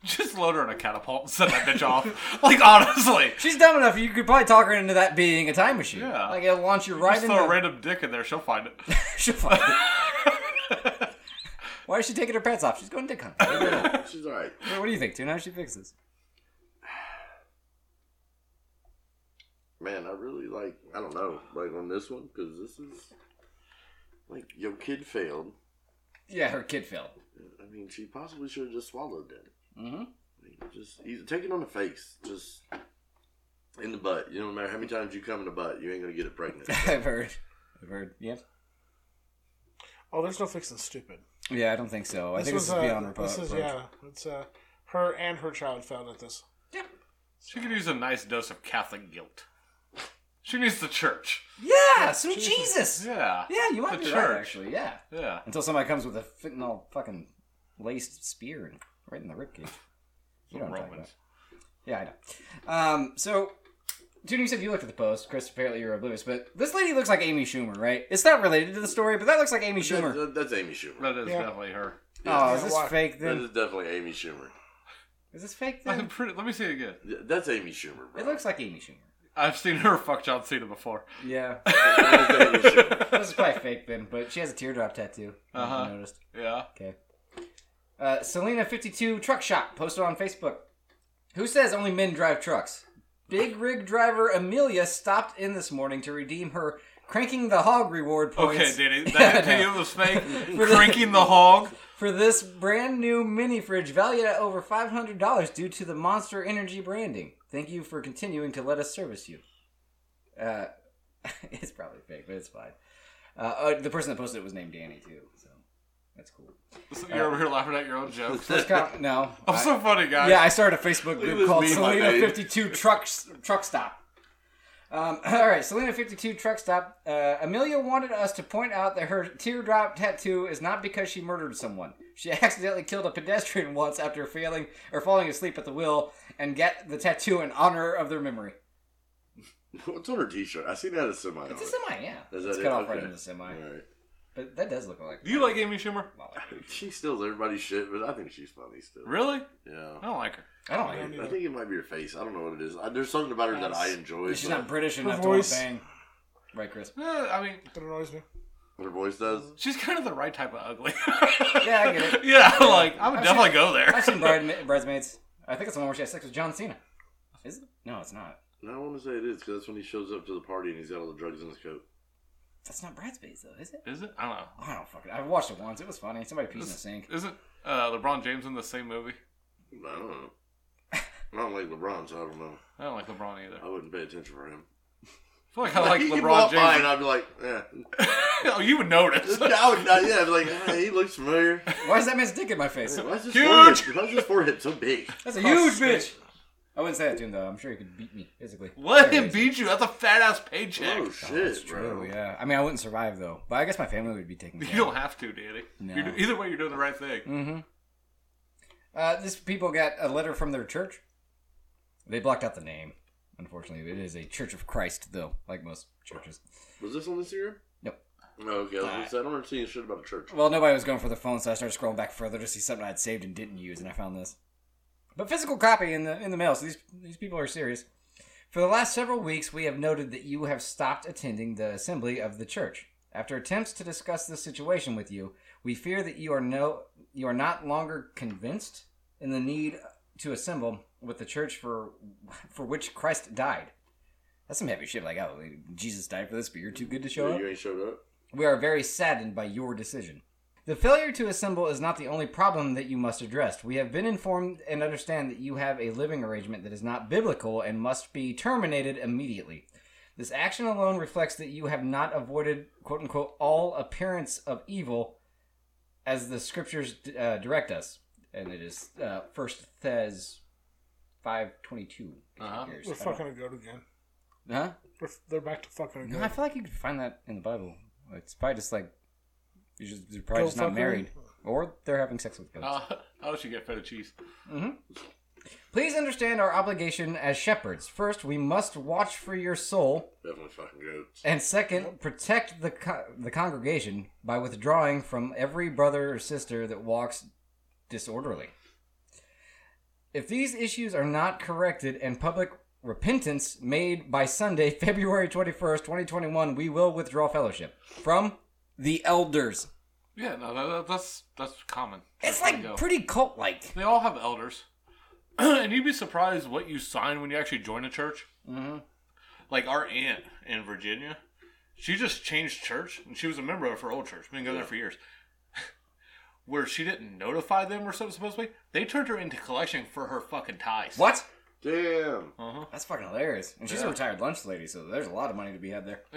Just load her in a catapult and send that bitch off. Like honestly. She's dumb enough, you could probably talk her into that being a time machine. Yeah. Like, it'll launch you right Just into throw a random dick in there, she'll find it. She'll find it. Why is she taking her pants off? She's going dick hunting. she's all right. What do you think, Tuna? How she fix this? Man, I really like. I don't know, like on this one because this is like your kid failed. Yeah, her kid failed. I mean, she possibly should have just swallowed it. Mm-hmm. Just either take it on the face, just in the butt. You know, no matter how many times you come in the butt, you ain't gonna get it pregnant. I've heard. I've heard. Yep. Oh, there's no fixing stupid. Yeah, I don't think so. I think this was, is beyond uh, reproach. This is yeah. It's uh, Her and her child found at this. Yeah. She could use a nice dose of Catholic guilt. She needs the church. Yeah, some Jesus. Yeah. Yeah, you might The be right, church. actually. Yeah. Yeah. Until somebody comes with a fentanyl fucking laced spear and right in the ribcage. You know what I'm talking about. Romans. Yeah, I know. Um, so, dude, you said you looked at the post. Chris, apparently you're oblivious, but this lady looks like Amy Schumer, right? It's not related to the story, but that looks like Amy That- Schumer. that- that's Amy Schumer. That is Yeah. definitely her. Oh, is Yeah, this why- fake That then? is definitely Amy Schumer. Is this fake I'm then? pretty, let me see it again. Th- That's Amy Schumer, bro. It looks like Amy Schumer. I've seen her fuck John Cena before. Yeah. That's Amy Schumer. this is probably fake then, but she has a teardrop tattoo. Uh-huh. I noticed. Yeah. Okay. Uh, Selena52 Truck Shop posted on Facebook. Who says only men drive trucks? Big rig driver Amelia stopped in this morning to redeem her cranking the hog reward Okay, points Danny. Yeah, I That video know. was fake. For the- Cranking the hog. for this brand new mini fridge valued at over $500 due to the Monster Energy branding. Thank you for continuing to let us service you. Uh, it's probably fake, but it's fine. Uh, uh, the person that posted it was named Danny, too, so that's cool. So You're over here laughing at your own jokes. First count, no. I'm so funny, guys. Yeah, I started a Facebook Leave group this called meme on Selena page. Fifty Two Truck Truck Stop. Um, all right, Selena Fifty Two Truck Stop. Uh, Amelia wanted us to point out that her teardrop tattoo is not because she murdered someone. She accidentally killed a pedestrian once after failing or falling asleep at the wheel, and got the tattoo in honor of their memory. What's on her T-shirt? I seen that as semi. It's a semi, yeah. Oh, Is that it's it? cut off right Okay. into the semi, All right. but that does look like. Do you like Amy Schumer? She steals everybody's shit, but I think she's funny still. Really? I Yeah. don't like her. I don't like it. I think it might be her face. I don't know what it is. I, there's something about her that I enjoy. She's but- not British enough voice. to want bang. Right, Chris. Eh, I mean, That annoys me. What her voice does. she's kind of the right type of ugly. Yeah, I get it. yeah, like I would I've definitely seen- go there. I've seen Bride- Bridesmaids. I think it's the one where she has sex with John Cena. Is it? No, it's not. No, I want to say it is because that's when he shows up to the party and he's got all the drugs in his coat. That's not Bridesmaids, though, is it? Is it? I don't know. I don't fucking. I watched it once. It was funny. Somebody pees in the sink. Isn't uh, LeBron James in the same movie? I don't know. I don't like LeBron, so I don't know. I don't like LeBron either. I Oh. wouldn't pay attention for him. I feel like I like He could LeBron walk by and James. I'd be like, yeah. oh, you would notice. I would, not- yeah, I'd be like, eh, he looks familiar. Why is that man's dick in my face? Why is his Huge! forehead? Why is his forehead so big? Oh, That's a huge bitch. I wouldn't say that to him though. I'm sure he could beat me physically. Let There him it is. beat you. That's a fat ass paycheck. Oh shit, That's true. bro. Yeah. I mean, I wouldn't survive though. But I guess my family would be taking. You Care. don't have to, Danny. No. Mm. You're do- either way, you're doing the right thing. Uh, these people got a letter from their church. They blocked out the name. Unfortunately, it is a Church of Christ though, like most churches. Was this on Instagram? Nope. No, okay. I, was gonna say, I don't remember seeing shit about a church. Well, nobody was going for the phone, so I started scrolling back further to see something I'd saved and didn't use, and I found this. But physical copy in the in the mail, so these these people are serious. For the last several weeks, we have noted that you have stopped attending the assembly of the church. After attempts to discuss this situation with you, we fear that you are no you are not longer convinced in the need to assemble with the church for for which Christ died. That's some heavy shit. Like, oh, Jesus died for this, but you're too good to show You, up. you ain't showed up. We are very saddened by your decision. The failure to assemble is not the only problem that you must address. We have been informed and understand that you have a living arrangement that is not biblical and must be terminated immediately. This action alone reflects that you have not avoided, quote unquote, all appearance of evil as the scriptures uh, direct us. And it is uh, 1 Thes 5.22. Uh-huh. We're fucking a goat again. Huh? We're, f- they're back to fucking a No, I goat. feel like you could find that in the Bible. It's probably just like you're, just, you're probably Go just not fuck married, or they're having sex with goats. Uh, I should get feta cheese. Please understand our obligation as shepherds. First, we must watch for your soul, Definitely fucking goats. and second, protect the co- the congregation by withdrawing from every brother or sister that walks disorderly. If these issues are not corrected and public repentance made by Sunday, February 21st, 2021, we will withdraw fellowship from the elders. Yeah, no, that, that, that's that's common. It's That's how like they go. pretty cult like. they all have elders, and you'd be surprised what you sign when you actually join a church. Mm-hmm. Like our aunt in Virginia, she just changed church, and she was a member of her old church, been going there for years. Where she didn't notify them or something supposedly, they turned her into collection for her fucking ties. What? Damn. That's fucking hilarious. And she's a Yeah. retired lunch lady, so there's a lot of money to be had there.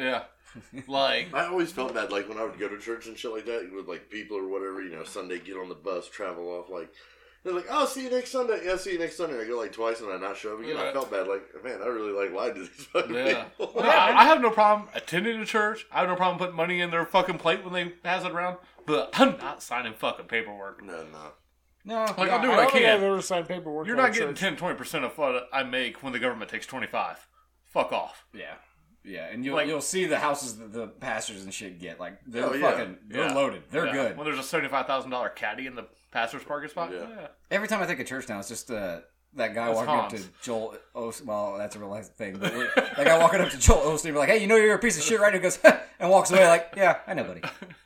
Yeah, like I always felt bad, like when I would go to church and shit like that, with like people or whatever, you know, Sunday get on the bus, travel off, like, They're like, "Oh, see you next Sunday." Yeah, see you next Sunday. I go like twice, and I not show up again. I Right. felt bad. Like, man, I really like lied to these fucking Yeah. people. No, I have no problem attending a church. I have no problem putting money in their fucking plate when they pass it around. But I'm not signing fucking paperwork. No, no. No, Like I I'll do don't what I think I've can. ever signed paperwork. You're for a not getting church. 10, 20 percent of what I make when the government takes twenty five. Fuck off. yeah, yeah, and you'll Like- you'll see the houses that the pastors and shit get. Like they're Oh, yeah. fucking, they're Yeah. loaded, they're Yeah. good. When there's a seventy five thousand dollar caddy in the pastor's parking spot. Yeah. yeah. Every time I think of church now, it's just uh, that guy That's walking up Hans. to Joel. Os- well, that's a real life thing. But it- that guy walking up to Joel Osteen, be like, "Hey, you know you're a piece of shit, right?" And he goes and walks away, like, "Yeah, I know, buddy.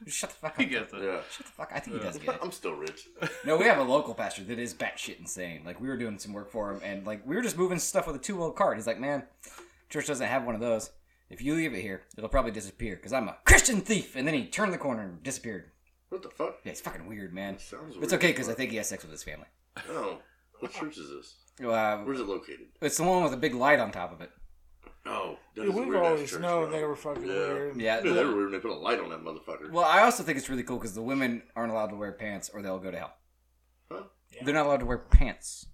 Shut the fuck up. He gets it. Yeah. Shut the fuck. I think he does get it." I'm still rich. No, we have a local pastor that is batshit insane. Like we were doing some work for him, and like we were just moving stuff with a two wheel cart. He's like, "Man, church doesn't have one of those. If you leave it here, it'll probably disappear because I'm a Christian thief." And then he turned the corner and disappeared. What the fuck? Yeah, it's fucking weird, man. Sounds It's weird. okay because I think he has sex with his family. Oh, what church is this? Uh, Where's it located? it's the one with a big light on top of it. Oh, that Yeah, is a we've weird-ass always church, known bro. they were fucking Yeah. weird. Yeah. Dude, they were weird when they put a light on that motherfucker. Well, I also think it's really cool because the women aren't allowed to wear pants or they'll go to hell. Huh? They're not allowed to wear pants.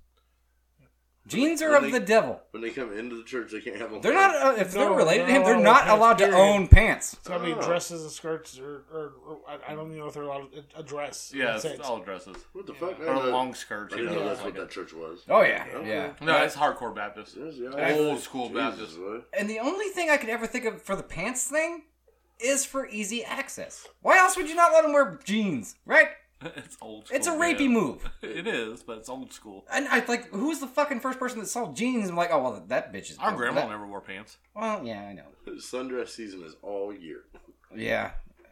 Jeans are Well, of they- the devil. When they come into the church, they can't have them. They're not uh, if they're No, related to him. They're no, not pants, allowed to period. own pants. It's gotta be Oh. dresses and skirts, or, or, or I, I don't even know if they're allowed to a dress. Yeah, That's it's it. all dresses. What the fuck? I Or didn't know- long skirts. I you didn't know know, that's like what a- that church was. Oh yeah, Okay. yeah. No, it's hardcore Baptist. Yes, yeah, That's I- old school Jesus, Baptist. boy. And the only thing I could ever think of for the pants thing is for easy access. Why else would you not let him wear jeans? Right? it's old school. It's a rapey man. move. It is, but it's old school. And I like, who's the fucking first person that saw jeans? and like, oh well, that bitch is. Our grandma that- never wore pants. Well, yeah, I know. Sundress season is all year. Yeah.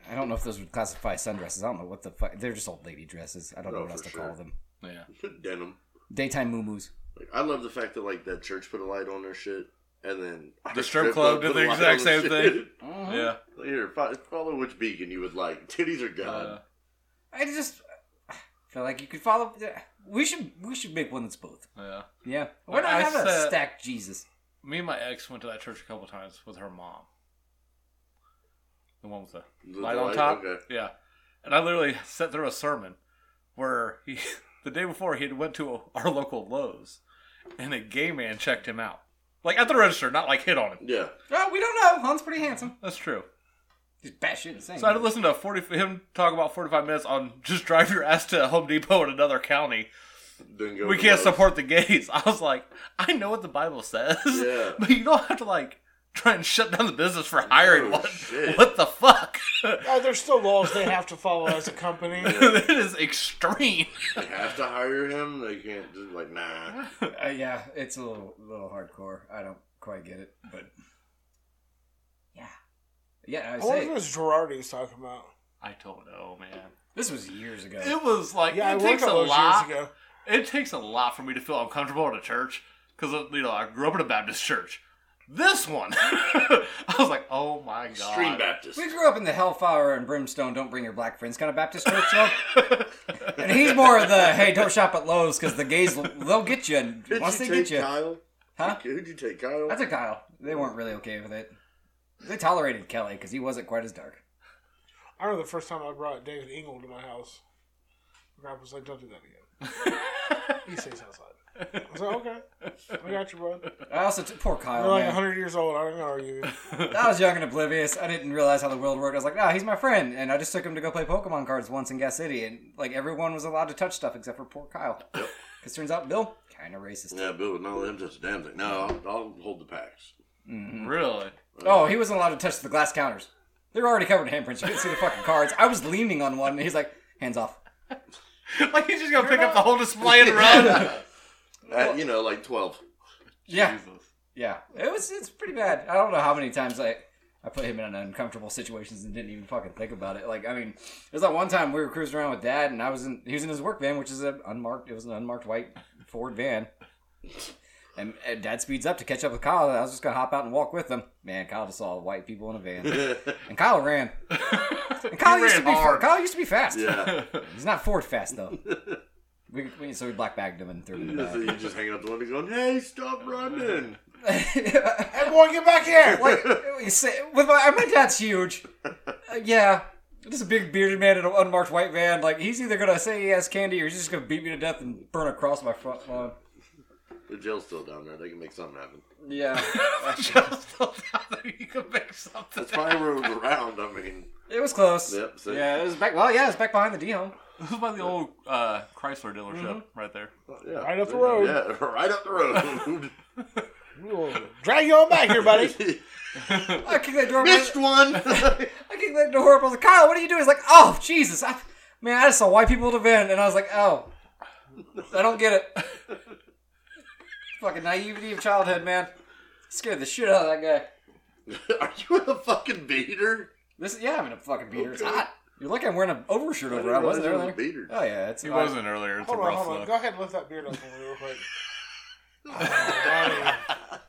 I don't know if those would classify as sundresses. I don't know what the fuck. They're just old lady dresses. I don't know Oh, what else for to sure. call them. Yeah. Denim. Daytime moo-moos. Like, I love the fact that like that church put a light on their shit, and then The strip club did put a the light exact on same shit. thing. Yeah. Like, Here, fo- follow which beacon you would like. Titties are god. Uh, I just feel like you could follow. uh, We should we should make one that's both. yeah. Yeah. Why not I have a said- stacked Jesus? Me and my ex went to that church a couple times with her mom. The one with the The light on light, top. okay. Yeah. And I literally sat through a sermon where he, the day before he had went to our local Lowe's and a gay man checked him out. Like at the register, not like hit on him. yeah. Oh, we don't know. Han's pretty handsome. That's true. He's batshit insane. So I had to listen to 40, him talk about 45 minutes on just drive your ass to Home Depot in another county. Didn't go we to can't those. support the gays. I was like, I know what the Bible says, Yeah. but you don't have to like try and shut down the business for hiring Oh, one. shit. What the fuck? Uh, there's still laws they have to follow as a company. that is extreme. They have to hire him. They can't just like Oh nah. Uh, yeah, it's a little little hardcore. I don't quite get it, but yeah, yeah. I I was wonder if it saying, was Girardi was talking about. I don't know, man. this was years ago. It was like Yeah, I it worked takes on a those lot. years ago. It takes a lot for me to feel uncomfortable at a church because you know I grew up in a Baptist church. This one, I was like, oh my god, Extreme Baptist. We grew up in the hellfire and brimstone, don't bring your black friends kind of Baptist church, though. and he's more of the, hey, don't shop at Lowe's because the gays, they'll get you. And Did once you they get take you. Kyle? Huh? Who'd you take, Kyle? That's a Kyle. They weren't really okay with it. They tolerated Kelly because he wasn't quite as dark. I remember the first time I brought David Engel to my house. My grandpa was like, "Don't do that again." he stays outside. I was like, "Okay, I got you, bud." I also, t- poor You're Kyle, like man. 100 years old. I don't argue. I was young and oblivious. I didn't realize how the world worked. I was like, nah, he's my friend. And I just took him to go play Pokemon cards once in Gas City. And, like, everyone was allowed to touch stuff except for poor Kyle. Because turns out Bill, kind of racist. yeah, Bill would not let him touch a damn thing. No, I'll, I'll hold the packs. really? Oh, he wasn't allowed to touch the glass counters. They were already covered in handprints. You couldn't see the fucking cards. I was leaning on one, and he's like, "Hands off." like he's just gonna pick up the whole display and run. At, Uh, you know, like twelve. Yeah, Jesus. yeah. It was it's pretty bad. I don't know how many times I I put him in uncomfortable situations and didn't even fucking think about it. Like, I mean, there's that one time we were cruising around with Dad, and I was in he was in his work van, which is an unmarked. It was an unmarked white Ford van. And, and Dad speeds up to catch up with Kyle. and I was just gonna hop out and walk with him. Man, Kyle just saw white people in a van, and Kyle ran. And Kyle He used ran to be fa- hard. Kyle used to be fast. Yeah. He's not Ford fast though. we, we, so we black bagged him and threw him in so the you just hanging out the window going, hey, stop running. back. Everyone, get back here! like you say- with my, my dad's huge. Uh, yeah, This is a big bearded man in an unmarked white van. Like he's either gonna say he has candy, or he's just gonna beat me to death and burn across my front lawn. The jail's still down there. They can make something happen. Yeah, Just tell them you can make something. That's my road around. I mean, it was close. Yep, so- yeah, it was back. Well, yeah, it's back behind the D home. This is by the old uh, Chrysler dealership Mm-hmm. right there. yeah. Right up the road. Yeah, right up the road. We'll drag you on back here, buddy. I kicked that door. Missed one. I kicked that door up. I was like, Kyle, what are you doing? He's like, oh, Jesus. I, man, I just saw white people at the van, and I was like, oh, I don't get it. Fucking naivety of childhood, man. Scared the shit out of that guy. Are you in a fucking beater? This, yeah, I'm in a fucking beater. It's Okay. hot. You're lucky I'm wearing an overshirt over. it. I didn't wasn't realize it earlier. was a beater. Oh yeah, it's He wasn't earlier. It's hold a on, rough hold on. look. Go ahead and lift that beard up for me real quick. Oh,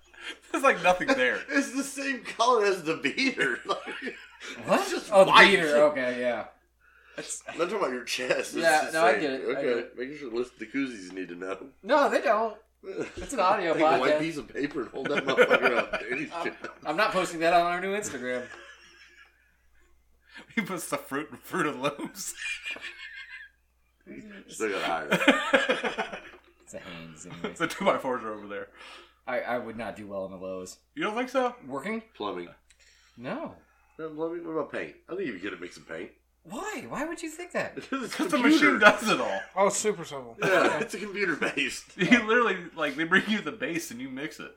There's like nothing there. It's the same color as the beater. Like, What? It's just oh, the white. beater. Okay, yeah. It's, I'm not talking about your chest. It's Yeah, the no, I same. get it, I Okay, get it. making sure the list of the koozies need to know. no, they don't. It's an audio Take a white podcast. piece of paper and hold that motherfucker up, dude. He's I'm, shit. I'm not posting that on our new Instagram. He puts the fruit in Fruit of Looms. Still got iron. It's a Hanes, anyways. the two by fours are over there. I, I would not do well on the lows. You don't think so? Working? Plumbing. No. No, plumbing. What about paint? I think you'd be good at mixing paint. Why? Why would you think that? Because Because the machine does it all. oh, it's super simple. Yeah, it's a computer based. You literally like they bring you the base and you mix it.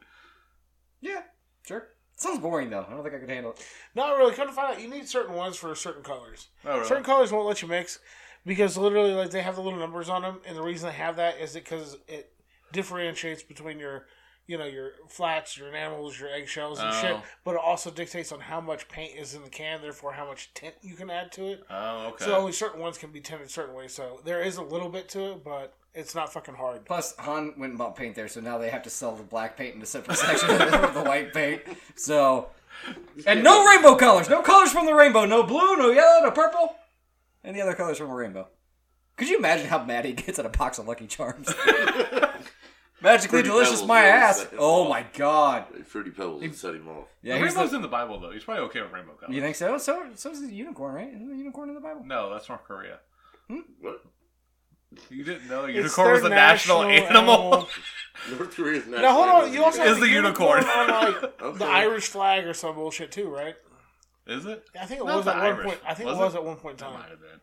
Yeah, sure. sounds boring though. I don't think I could handle it. Not really. Come to find out, you need certain ones for certain colors. Oh, really? Certain colors won't let you mix because literally, like they have the little numbers on them, and the reason they have that is because it differentiates between your, you know, your flats, your enamels, your eggshells, and shit. Oh. But it also dictates on how much paint is in the can, therefore how much tint you can add to it. Oh, okay. So only certain ones can be tinted certain ways. So there is a little bit to it, but it's not fucking hard. Plus, Han went and bought paint there, so now they have to sell the black paint in a separate section of the white paint. So, and no rainbow colors, no colors from the rainbow, no blue, no yellow, no purple, any other colors from a rainbow. Could you imagine how mad he gets at a box of Lucky Charms? Magically Fruity delicious, Pebbles, my yeah, ass. that's- Oh my god. Fruity Pebbles would set him off. Yeah, here's Rainbow's the, in the Bible though. He's probably okay with rainbow colors. you think so? So, so is the unicorn, right? Isn't the unicorn in the Bible? No, that's North Korea. What? You didn't know the It's unicorn was their a national, animal. North Korea's national. Now hold on, you also Is have the unicorn. on like Okay. the Irish flag or some bullshit too, right? Is it? I think it Not was the at one Irish, point. I think was it was it? at one point in That time. might have been.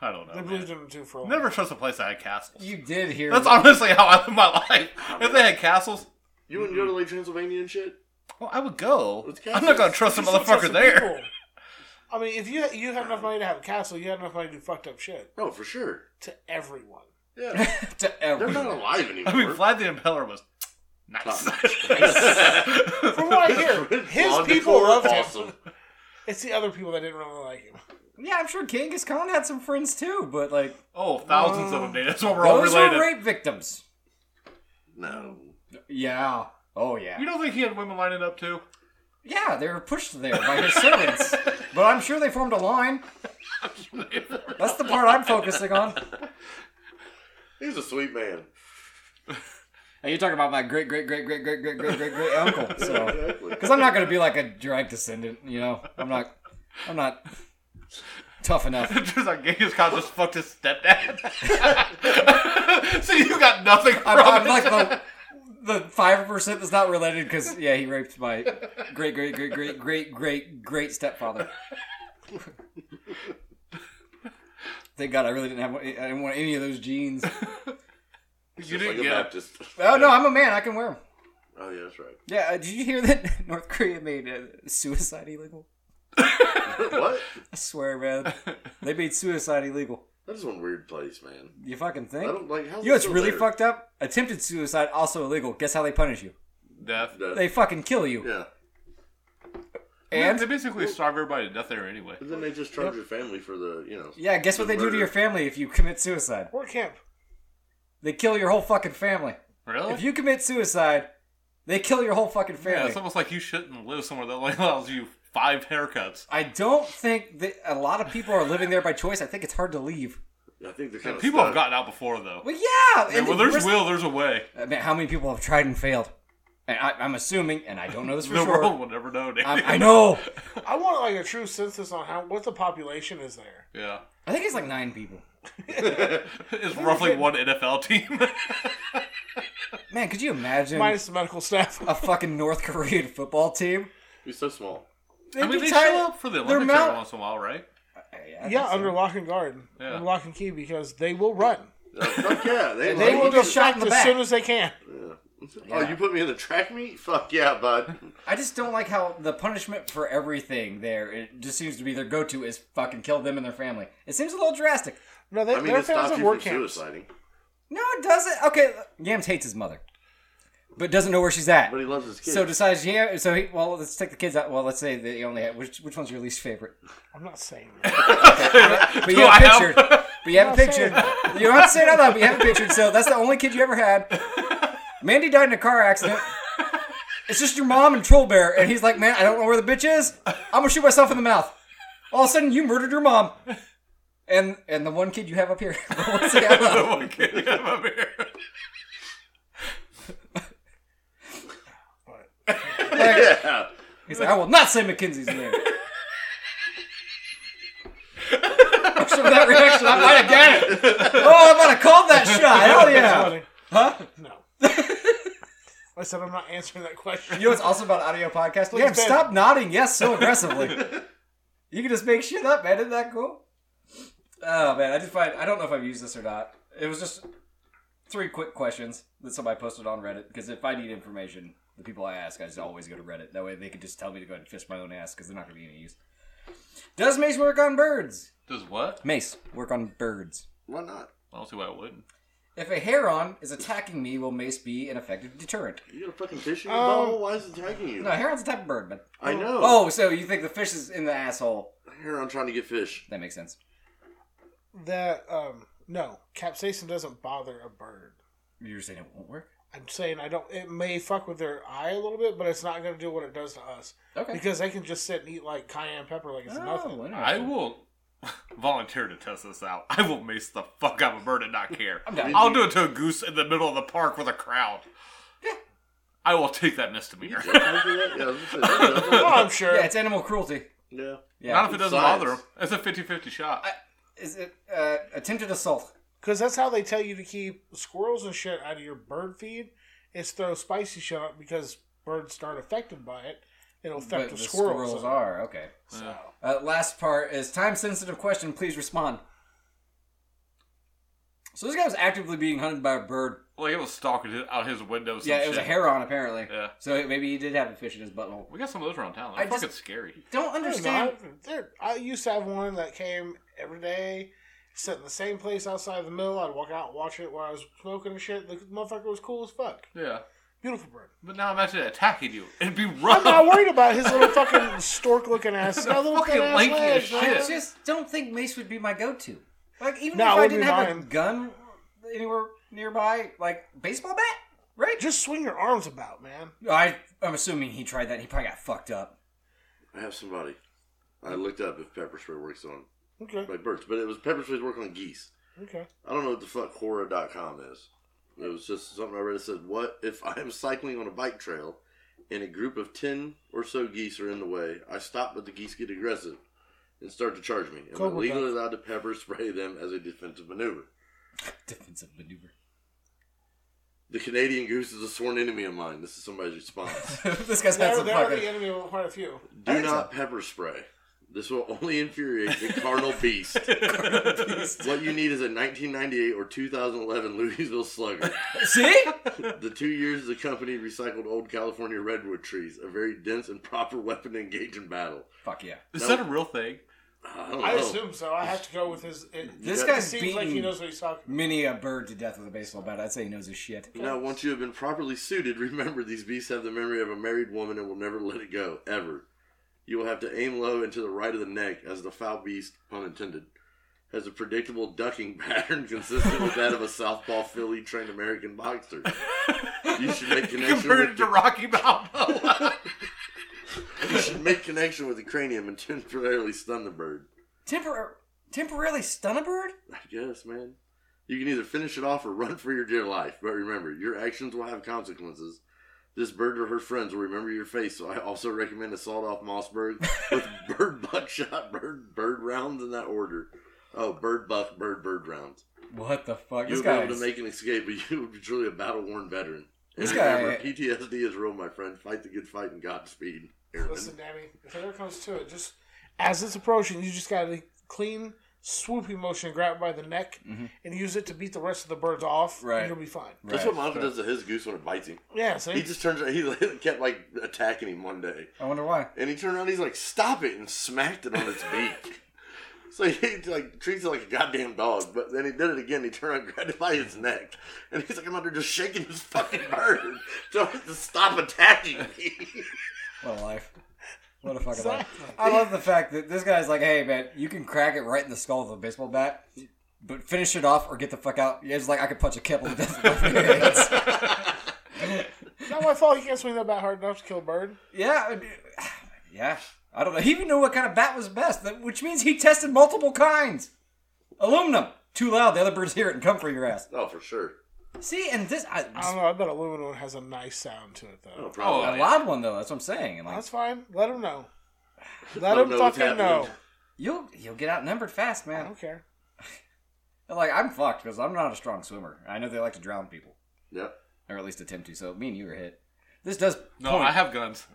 I don't know. They man. believed in them too for a while. Never trust a place that had castles. You did hear. That's honestly how I live my life. If they had castles, You wouldn't go to like Transylvania and shit. well, I would go. It's I'm not gonna castles. trust a You still trust motherfucker the there. people. I mean, if you you had enough money to have a castle, you had enough money to do fucked up shit No, for sure. to everyone. Yeah, to they're everyone. not alive anymore. I mean, Vlad the Impaler was nice. From what I hear, his Blonde people decor, loved him. awesome. It's the other people that didn't really like him. Yeah, I'm sure Genghis Khan had some friends too, but like oh, thousands of them. Dude. That's what we're all those related. were rape victims. No, Yeah. Oh You yeah. don't think he had women lining up too? Yeah, they were pushed there by his servants, but I'm sure they formed a line. That's the part I'm focusing on. he's a sweet man. And you're talking about my great great great great great great great great great uncle. So, Exactly. because I'm not going to be like a direct descendant, you know, I'm not, I'm not tough enough. just like Genghis Khan just fucked his stepdad. so you got nothing from I'm, I'm it. like the the five percent that's not related because yeah, he raped my great great great great great great great stepfather. Thank God I really didn't have I didn't want any of those jeans. you Just didn't like a get it. Baptist. Oh no, I'm a man. I can wear them. Oh yeah, that's right. Yeah, uh, did you hear that North Korea made uh, suicide illegal? what? I swear, man, they made suicide illegal. That is one weird place, man. You fucking I think? don't like. How's you know it what's still really there? fucked up? Attempted suicide also illegal. Guess how they punish you? Death. That- They fucking kill you. yeah, And they basically starve everybody to death there anyway. but then they just charge your family for the you know. yeah, guess what they do to Murder. your family if you commit suicide? Or camp. They kill your whole fucking family. Really? If you commit suicide, they kill your whole fucking yeah, family. it's almost like you shouldn't live somewhere that only allows you five haircuts. I don't think that a lot of people are living there by choice. I think it's hard to leave. I think they're kind of People stuck. have gotten out before though. Well, yeah. Yeah, and well, there's we're- will, there's a way. I mean, how many people have tried and failed? And I, I'm assuming, and I don't know this for the sure. world will never know. Dude. I'm- I know. I want like a true census on how what the population is there. Yeah, I think it's like nine people. it's roughly one NFL team. Man, could you imagine Minus the medical staff. Oh, a fucking North Korean football team? He's so small. I mean, be they tied show up. up for the They're Olympics mount- every once in a while, right? Yeah, I yeah, think so. under lock and guard, Yeah. under lock and key, because they will run. Uh, fuck yeah, they, They They like will will it. get shot distract in the as back. soon as they can. Oh, you put me in the track meet? Fuck yeah, bud. I just don't like how the punishment for everything there. It just seems to be their go-to is fucking kill them and their family. It seems a little drastic. No, they, I mean, their it stops you fans have from work camps. suiciding, No, it doesn't. Okay, Yams hates his mother, but doesn't know where she's at. but he loves his kids. So decides, yeah. So he, well, let's take the kids out. Well, let's say that you only have which which one's your least favorite. I'm not saying that. But you have I a am? picture. But you have a I'm not picture. saying that. You don't have to say it out loud. But you have a picture. So that's the only kid you ever had. Mandy died in a car accident. It's just your mom and Troll Bear, and he's like, "Man, I don't know where the bitch is. I'm gonna shoot myself in the mouth." All of a sudden, you murdered your mom, and and the one kid you have up here. Let's say out the loud. one kid you have up here. Like, yeah. he's like, "I will not say Mackenzie's name." From that reaction, I might have got it. Oh, I might have called that shot. Hell yeah! That's funny. No. I said I'm not answering that question. You know what's awesome about audio podcast? Look Yeah, at Ben. stop nodding yes so aggressively. you can just make shit up, man. Isn't that cool? Oh man, I just find I don't know if I've used this or not. It was just three quick questions that somebody posted on Reddit because if I need information, the people I ask, I just always go to Reddit. That way they could just tell me to go ahead and fist my own ass because they're not going to be any use. Does mace work on birds? Does what? Mace work on birds. Why not? I don't see why it wouldn't. If a heron is attacking me, will mace be an effective deterrent? You got a fucking fish in your Um, bottle? Why is it tagging you? No, a heron's a type of bird, but I know. oh, so you think the fish is in the asshole? Here, I'm trying to get fish. That makes sense. That um no, capsaicin doesn't bother a bird. You're saying it won't work? I'm saying I don't. It may fuck with their eye a little bit, but it's not going to do what it does to us Okay. because they can just sit and eat like cayenne pepper like it's Oh, nothing. I interesting. will volunteer to test this out. I will mace the fuck out of a bird and not care. I'm down. I'll do it to a goose in the middle of the park with a crowd. I will take that misdemeanor. Can I do that? Yeah, I was gonna say, that's- Oh, that's- I'm sure. Yeah, it's animal cruelty. yeah. Yeah. Not if it doesn't Science. bother him. It's a 50 50 shot. I- Is it uh, attempted assault? Because that's how they tell you to keep squirrels and shit out of your bird feed is throw spicy shit out because birds aren't affected by it. It'll affect But the, the squirrels. squirrels are okay. So. Uh, last part is time sensitive question. Please respond. So this guy was actively being hunted by a bird. like, it was stalking his, out his window. Some yeah, it shit. was a heron apparently. Yeah. So maybe he did have a fish in his butthole. We got some of those around town. I They're just- fucking scary. Don't I don't know, understand. I- there- I used to have one that came every day, sit in the same place outside the mill. I'd walk out and watch it while I was smoking and shit. The motherfucker was cool as fuck. Yeah. Beautiful bird. But now imagine it attacking you. It'd be I'm rough. not worried about his little fucking stork looking ass. His little Fucking thin ass lanky as legs, man. I shit. just don't think mace would be my go-to. Like even if No, it I would didn't be have a mine. gun anywhere nearby, like baseball bat, right? Just swing your arms about, man. I I'm assuming he tried that. and He probably got fucked up. I have somebody. I looked up if pepper spray works on Okay, like birds, but it was pepper spray's work on geese. okay. I don't know what the fuck horror.com is. It was just something I read. It said, "What if I am cycling on a bike trail, and a group of ten or so geese are in the way? I stop, but the geese get aggressive and start to charge me. Am Cool I with legally that. allowed to pepper spray them as a defensive maneuver?" Defensive maneuver. The Canadian goose is a sworn enemy of mine. This is somebody's response. this guy's got They're, some they're already fucking. enemy of quite a few. I Do think so. not pepper spray. This will only infuriate the carnal beast. What you need is a 1998 or 2011 Louisville Slugger. See, The two years the company recycled old California redwood trees, a very dense and proper weapon to engage in battle. fuck yeah. Is that a real thing? I don't know. I assume so. I have to go with his. It, This it guy's seems beaten- like he knows what he's talking. Many a bird to death with a baseball bat. I'd say he knows his shit. Now, once you have been properly suited, remember these beasts have the memory of a married woman and will never let it go, ever. You will have to aim low and to the right of the neck, as the foul beast, pun intended, has a predictable ducking pattern consistent with that of a southpaw Philly trained American boxer. You should make connection Compared with to the, Rocky Balboa. you should make connection with the cranium and temporarily stun the bird. Tempor- temporarily stun a bird? I guess, man. You can either finish it off or run for your dear life. But remember, your actions will have consequences, This bird or her friends will remember your face, so I also recommend a sawed off Mossberg with bird buckshot, bird bird rounds in that order. Oh, bird buck, bird bird rounds. What the fuck? You'll This be guy. able to make an escape, but you would be truly a battle worn veteran. And This remember, guy- PTSD is real, my friend. Fight the good fight and Godspeed. Aaron. Listen, Danny, if it ever comes to it, just as it's approaching, you just got to clean swooping motion, grab it by the neck, and use it to beat the rest of the birds off, Right. and you'll be fine. That's what Monica does to his goose when it bites him. Yeah, see? He just turns. He kept like attacking him one day, I wonder why. and he turned around. He's like, "Stop it!" and smacked it on its beak. So he like treats it like a goddamn dog. But then he did it again. He turned around, and grabbed it by his neck, and he's like, "I'm out there just shaking this fucking bird. Tell it to stop attacking me." What a life. What a fucking life. I love the fact that this guy's like, hey, man, you can crack it right in the skull with a baseball bat, but finish it off or get the fuck out. It's like, I could punch a kettle to death with both my hands. Not my fault he can't swing that bat hard enough to kill a bird. Yeah. I mean, yeah. I don't know. He even knew what kind of bat was best, that- which means he tested multiple kinds. Aluminum. Too loud. The other birds hear it and come for your ass. oh, for sure. See, and this, I, I don't know. I bet aluminum has a nice sound to it, though. No Oh, problem. a loud one though. That's what I'm saying. And like, That's fine. Let him know. Let Let him 'em know what's fucking know. happening. you'll you'll get outnumbered fast, I man. don't care. And like, I'm fucked because I'm not a strong swimmer. I know they like to drown people, Yep. or at least attempt to. So me and you are hit. This does No, point- I have guns.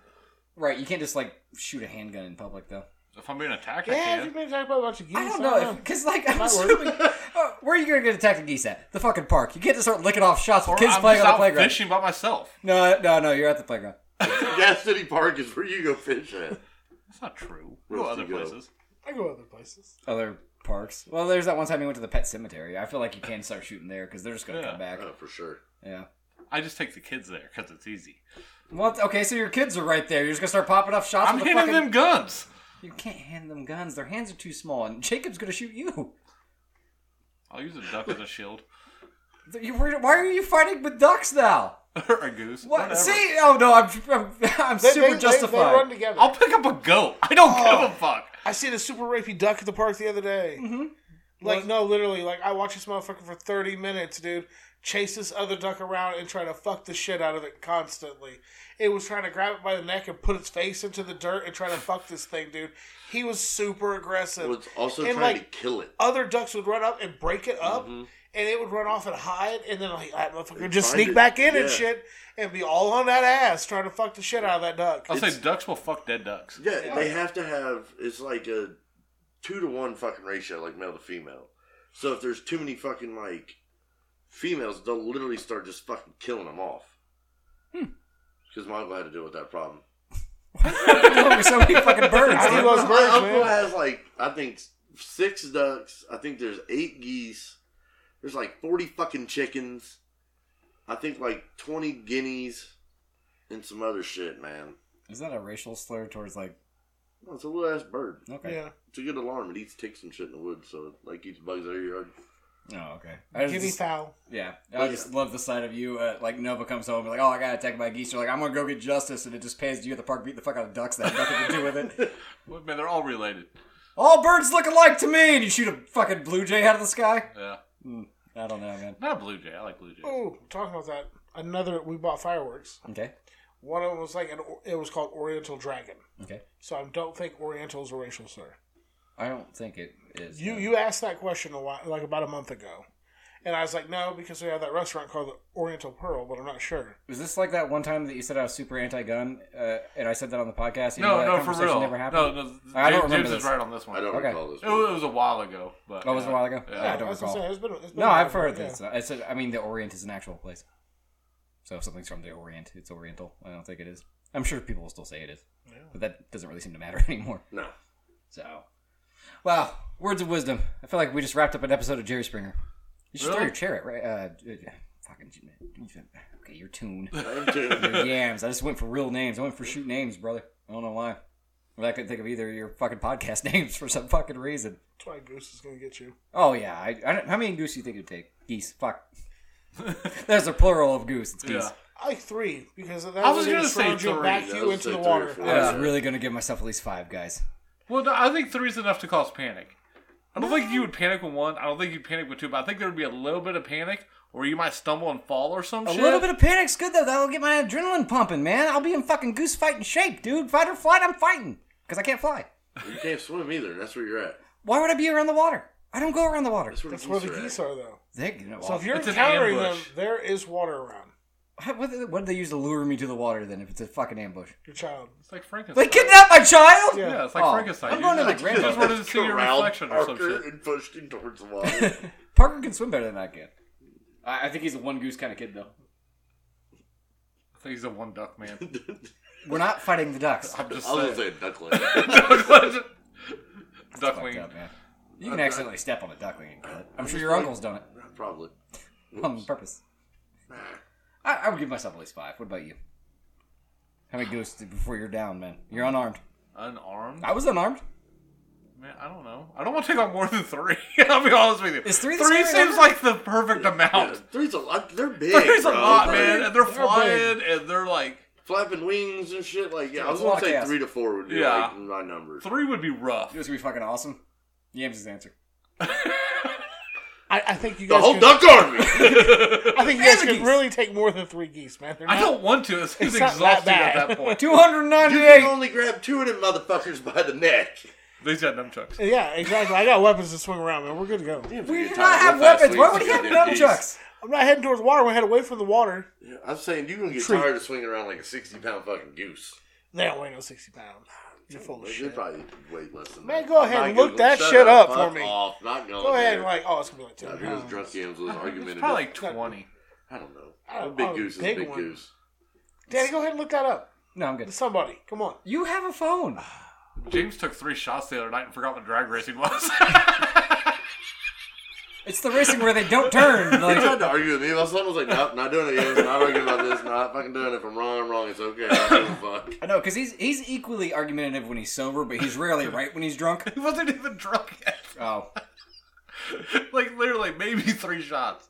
Right, you can't just like shoot a handgun in public though. If I'm being attacked, I Yeah, if can. you've been attacked by a bunch of geese, I don't know because like I'm Might work. assuming, Oh, where are you gonna get attacked and geese at? The fucking park. You can't just start licking off shots with Or kids I'm playing just on the out playground. fishing by myself. No, no, no, you're at the playground. Gas City Park is where you go fish at. That's not true. Where Go else do other you go? places. I go other places. Other parks. Well, there's that one time we went to the pet cemetery. I feel like you can start shooting there because they're just gonna Yeah. come back. Oh, for sure. Yeah. I just take the kids there because it's easy. Well, okay, so your kids are right there. You're just gonna start popping off shots. I'm with handing the fucking... them guns. You can't hand them guns. Their hands are too small, and Jacob's gonna shoot you. I'll use a duck as a shield You- Why are you fighting with ducks now? or a goose. What? whatever. See? Oh no, I'm I'm, I'm They- super they- they- justified. They, run together. I'll pick up a goat. I don't Oh. give a fuck. I seen a super rapey duck at the park the other day. Like no, literally, like I watched this motherfucker for thirty minutes, dude. Chase this other duck around and try to fuck the shit out of it constantly. It was trying to grab it by the neck and put its face into the dirt and try to fuck this thing, dude. He was super aggressive. Well, it's also And, trying like, to kill it. other ducks would run up and break it up, and it would run off and hide, and then like that motherfucker would just find sneak it. back in and Yeah. shit, and be all on that ass trying to fuck the shit out of that duck. I'll say ducks will fuck dead ducks. Yeah, they have to have it's like a two to one fucking ratio, like male to female. So if there's too many fucking like females, they'll literally start just fucking killing them off. Because my uncle had to deal with that problem. Look, so many fucking birds. I My He dude. loves uncle, birds, my uncle man. has like I think six ducks. I think there's eight geese. There's like forty fucking chickens. I think like twenty guineas and some other shit, man. Is that a racial slur towards like? Well, It's a little ass bird. Okay. Yeah, It's a good alarm. It eats ticks and shit in the woods, so it, like eats bugs out of your yard. Oh, okay. I guinea just, fowl. yeah, I just love the sight of you. Uh, like Nova comes home, like, oh, I got attacked by geese. You're like, I'm gonna go get justice, and it just pans to you at the park, beat the fuck out of ducks. That had nothing to do with it. Well, Man, they're all related. All birds look alike to me, and you shoot a fucking blue jay out of the sky. Hmm. Yeah, I don't know, man. not a blue jay. I like blue jays. Oh, talking about that, another we bought fireworks. Okay. One of them was like an it was called Oriental Dragon. Okay. So I don't think Oriental is a racial slur. I don't think it is. You no. you asked that question a while, like about a month ago, and I was like, no, because we have that restaurant called the Oriental Pearl, but I'm not sure. Is this like that one time that you said I was super anti-gun, uh, and I said that on the podcast? even though No, that no, for conversation real. Never No, happened. no. I don't James, remember James this. is right on this one. I don't Okay. recall this. It was, it was a while ago, but Oh, it was a yeah. while ago? Yeah. Yeah, I don't That's what recall. I'm saying. It's been, it's been No, a while, I've heard yeah. this. I said, I mean, the Orient is an actual place. So if something's from the Orient, it's Oriental. I don't think it is. I'm sure people will still say it is, but that doesn't really seem to matter anymore. No. So, wow, words of wisdom. I feel like we just wrapped up an episode of Jerry Springer. You should throw Really? your chair at right. Uh, uh, fucking okay, your tune, I'm too. your yams. I just went for real names. I went for shoot names, brother. I don't know why. But I couldn't think of either of your fucking podcast names for some fucking reason. That's why Goose is gonna get you. Oh yeah, I, I don't, how many goose do you think it'd take? Geese. Fuck. That's a plural of goose. It's geese. Yeah. I like three because that I was gonna gonna say surround you and three. back I you would into say the three or water. four. I was Yeah. really gonna give myself at least five guys. Well, no, I think three's enough to cause panic. I don't think you would panic with one. I don't think you'd panic with two, but I think there would be a little bit of panic or you might stumble and fall or some A Oh, shit. little bit of panic's good though. That'll get my adrenaline pumping, man. I'll be in fucking goose fighting shape, dude. Fight or flight, I'm fighting because I can't fly. You can't swim either. That's where you're at. Why would I be around the water? I don't go around the water. That's where That's the where geese, the geese are. at. are, though. They, you know, So if you're It's an encountering them, ambush. there is water around. How- what, did- what did they use to lure me to the water then? If it's a fucking ambush, Your child. It's like Frankenstein. they kidnapped my child. Yeah. yeah, it's like Oh, Frankenstein. I'm dude. going to the You grandma. just wanted to see your Corralled reflection or some Parker shit. and pushed him towards the water. Parker can swim better than I can. I, I think he's a one goose kind of kid though. I think he's a one duck man. We're not fighting the ducks. I'm just I was gonna saying. say duckling. Duckling. Fucked Duckling. up, man. You can accidentally step on a duckling and kill it. I'm sure your uncle's done it Probably. on purpose. I, I would give myself at least five. What about you? How many goose did- before you're down, man? You're unarmed. Unarmed? I was unarmed. Man, I don't know. I don't want to take on more than three. I'll be honest with you. Is three the three scary seems number? like the perfect Yeah, amount. three's a lot. They're big. Three's a bro. lot, Like, man. And they're, big. flying and they're like Flapping wings and shit. Like yeah, I was It's a lot gonna of say chaos. three to four would be Yeah. like my number. three would be rough. It was gonna be fucking awesome. Yams' answer. I, I think you The guys. whole could, duck army. I think you guys And the could geese. really take more than three geese, man. They're I not- don't want to. It seems It's not exhausting at that bad. that point. Two You can 198. only grab two of them motherfuckers by the neck. These got nunchucks. Yeah, exactly. I got weapons to swing around, man. We're good to go. We do not have weapons. Why would he have nunchucks? I'm not heading towards water. We're headed away from the water. I'm saying you're gonna get Tree. tired of swinging around like a sixty pound fucking goose. They don't weigh no 60 pounds. You're full of Like, They shit. probably weigh less than Man, that. go ahead Not and gonna- look that shut shit up fuck for me. Off. Not going Go ahead and there. like, oh, it's gonna be like two I hundred hear this pounds. drunk yams was It's argumentative. probably like twenty. I don't know. I don't- a big oh, goose is big a big one. goose. Daddy, go ahead and look that up. No, I'm good. Somebody, come on. You have a phone. James took three shots the other night and forgot what drag racing was. It's the racing where they don't turn. He Like, tried to argue with me. My son was like, "Nope, not doing it. Yams. Not arguing about this. Not fucking doing it. If I'm wrong, I'm wrong. It's okay. I don't give a fuck." I know, because he's he's equally argumentative when he's sober, but he's rarely right when he's drunk. he wasn't even drunk yet. Oh, like literally, maybe three shots.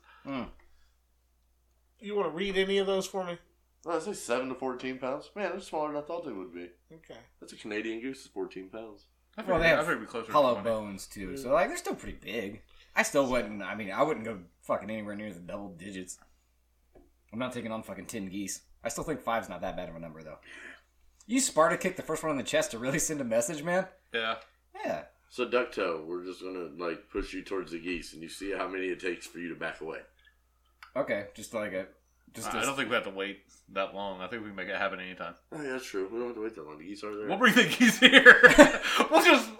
You want to read any of those for me? Well, I say seven to fourteen pounds. Man, they're smaller than I thought they would be. Okay. That's a Canadian goose. It's fourteen pounds. I figured, Well, they I have figured it'd be closer hollow to 20. bones too. So like, they're still pretty big. I still wouldn't. I mean, I wouldn't go fucking anywhere near the double digits. I'm not taking on fucking ten geese. I still think five's not that bad of a number though. You Sparta kick the first one in the chest to really send a message, man. Yeah. Yeah. So ducktail, we're just gonna like push you towards the geese, and you see how many it takes for you to back away. Okay. Just like a. Just. I just don't think we have to wait that long. I think we can make it happen anytime. Oh yeah, that's true. We don't have to wait that long. The geese are there. We'll bring the keys here. we'll just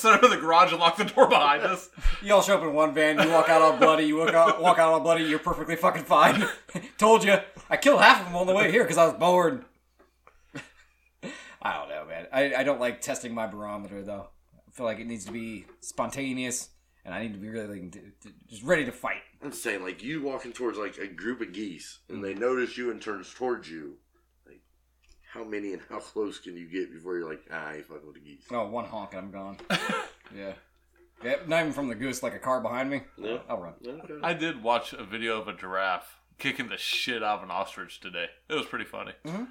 set up in the garage and lock the door behind us. you all show up in one van. You walk out all bloody. You walk out, walk out all bloody. You're perfectly fucking fine. Told you. I killed half of them on the way here because I was bored. I don't know, man. I, I don't like testing my barometer though. I feel like it needs to be spontaneous, and I need to be really like, d- d- just ready to fight. I'm saying like you walking towards like a group of geese, and Mm-hmm. they notice you and turns towards you. Like, how many and how close can you get before you're like, ah, I ain't fucking with the geese? Oh, one honk and I'm gone. yeah. yeah. Not even from the goose, like a car behind me. Yeah. I'll run. Okay. I did watch a video of a giraffe kicking the shit out of an ostrich today. It was pretty funny. Mhm.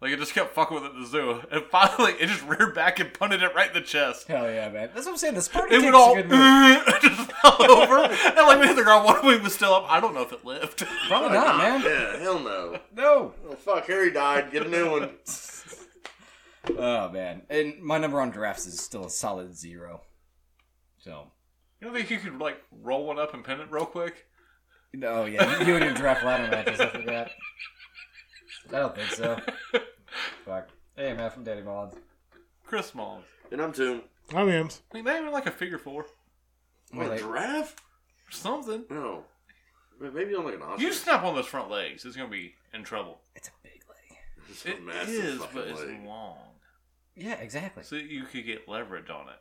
Like it just kept fucking with it at the zoo, and finally it just reared back and punted it right in the chest. Hell yeah, man. That's what I'm saying. The Spartan It kick's would all a good move. just fell over, and like we hit the ground. One wing was still up. I don't know if it lived. Probably not, man. Yeah, hell no. No. Oh fuck, Harry died. Get a new one. Oh man, and my number on drafts is still a solid zero. So, You don't think you could like roll one up and pin it real quick? oh yeah, you, you and your draft ladder matches I forgot. I don't think so. Fuck. Hey man, from Daddy Mullins. Chris Mullins. And I'm too. I'm Ems. Like not even like a figure four or What, a Like, giraffe? something. No. But Maybe on like an ostrich. You snap on those front legs, it's gonna be in trouble. it's a big leg. It's a It massive is, fucking but it's leg. long, Yeah, exactly. so you could get leverage on it.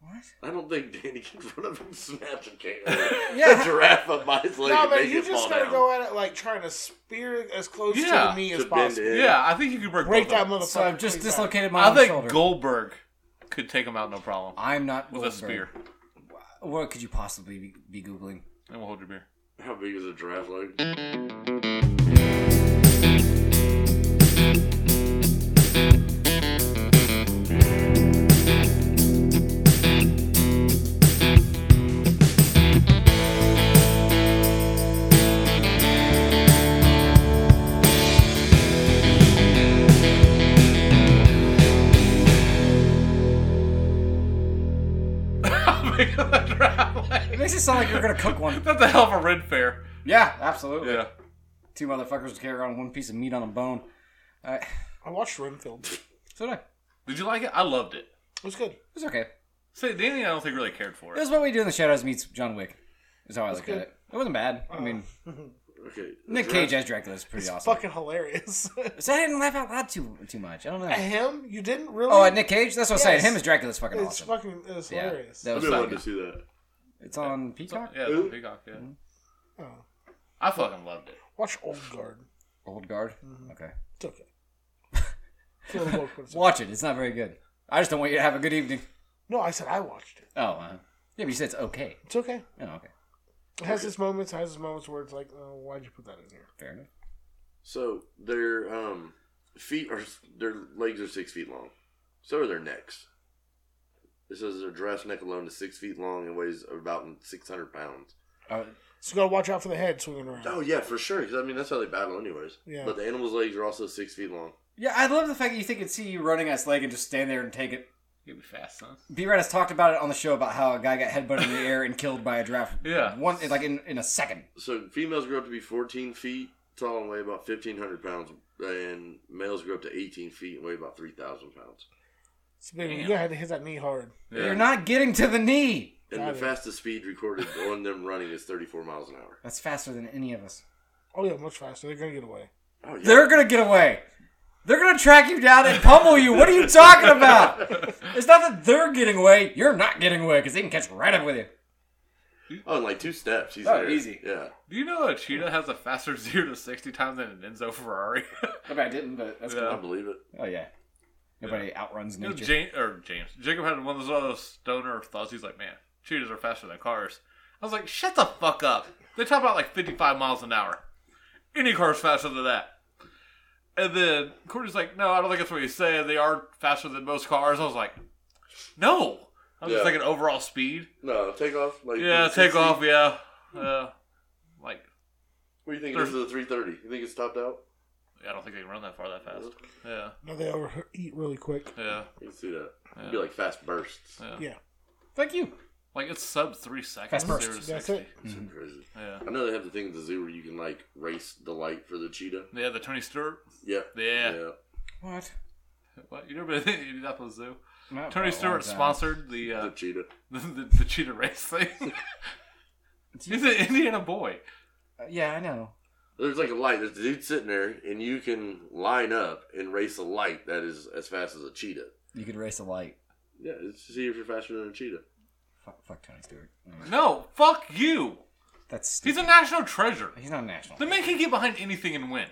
What? I don't think Danny can run up and snatch a, can- Yeah. a giraffe up by his leg No, and man, make you it fall just gotta down. go at it like trying to spear as close to Yeah, the knee to as bend possible. it. Yeah, I think you could break, Break both that of them. motherfucker. So I've just pretty bad. dislocated my I own think shoulder. Goldberg could take him out no problem I'm not with a Goldberg. spear. What could you possibly be, be googling? And we'll hold your beer. How big is a giraffe leg? It's not like you're gonna cook one. That's a hell of a red fair. Yeah, absolutely. Yeah. Two motherfuckers carry around one piece of meat on a bone. All right. I watched Renfield. It So did I. It Did you like it? I loved it. was good. was okay. Say, Danny, I don't think really cared for It it. was what we do in the shadows meets John Wick. Is how I look at good. it. It wasn't bad. I mean, Okay. Nick Cage as Dracula is pretty It's awesome. fucking hilarious. So I didn't laugh out loud too too much. I don't know. Him? You didn't really? Oh, at Nick Cage. That's what I'm Yes. saying. Him as Dracula's fucking It's awesome. fucking it's yeah, hilarious. that I've was been so wanting to good. see that. It's on Peacock. Mm-hmm. Yeah, it's on Peacock, yeah. Oh. I fucking loved it. Watch Old Guard. Old Guard. Okay. It's okay. It's a little woke, but it's okay. Watch it. It's not very good. I just don't want you to have a good evening. No, I said I watched it. Oh, uh, yeah, but you said it's okay. It's okay. Oh, okay. It has its moments. It has its moments where it's like, oh, why'd you put that in here? Fair enough. So their um, feet are their legs are six feet long. So are their necks. It says their dress neck alone is six feet long and weighs about six hundred pounds. Uh, So you gotta watch out for the head swinging around. Oh yeah, for sure. Because I mean that's how they battle, anyways. Yeah. But the animal's legs are also six feet long. yeah, I love the fact that you think it'd see you running at its leg and just stand there and take it. Give me fast, son. B Red has talked about it on the show about how a guy got headbutted in the air and killed by a giraffe. Yeah. One, like in, in a second. So females grow up to be fourteen feet tall and weigh about fifteen hundred pounds, and males grow up to eighteen feet and weigh about three thousand pounds. It's big. You're gonna have to hit that knee hard. Yeah. You're not getting to the knee. And Got the it. fastest speed recorded on them running is thirty-four miles an hour. That's faster than any of us. Oh yeah, much faster. They're gonna get away. Oh yeah. They're gonna get away. They're gonna track you down and pummel you. What are you talking about? It's not that they're getting away. You're not getting away because they can catch right up with you. oh, in like two steps. He's Oh, there. easy. Yeah. Do you know a cheetah has a faster zero to sixty time than an Enzo Ferrari? I bet I didn't, but that's I Yeah. believe it. Oh yeah. Nobody outruns You know, nature. James or James Jacob had one of those uh, stoner thoughts. He's like, man, cheetahs are faster than cars. I was like, shut the fuck up. They talk about like fifty-five miles an hour. Any car's faster than that. And then Courtney's like, no, I don't think that's what you said. They are faster than most cars. I was like, no. I was just Yeah. thinking overall speed. No, take off. Like Yeah, 360? take off. Yeah, uh, like What do you think? Thir- This is a 330. You think it's topped out? I don't think they can run that far that fast. Yeah, No, they overeat really quick. yeah, You can see that. It'd be like fast bursts. yeah. Yeah. Thank you. Like it's sub three seconds. Fast burst. zero to That's 60. it. It's so crazy. Yeah, I know they have the thing at the zoo where you can like race the light for the cheetah. yeah. The Tony Stewart. Yeah. Yeah. What? What you never been to Indianapolis Zoo? Not for a Tony long Stewart time. sponsored the, uh, The cheetah. the, the the cheetah race thing. He's an Indiana boy. Uh, yeah, I know. There's like a light. There's a dude sitting there, and you can line up and race a light that is as fast as a cheetah. You could race a light. Yeah, it's to see if you're faster than a cheetah. Fuck, fuck Tony Stewart. Mm, No, fuck you. That's He's stupid. a national treasure. He's not national. The man can get behind anything and win.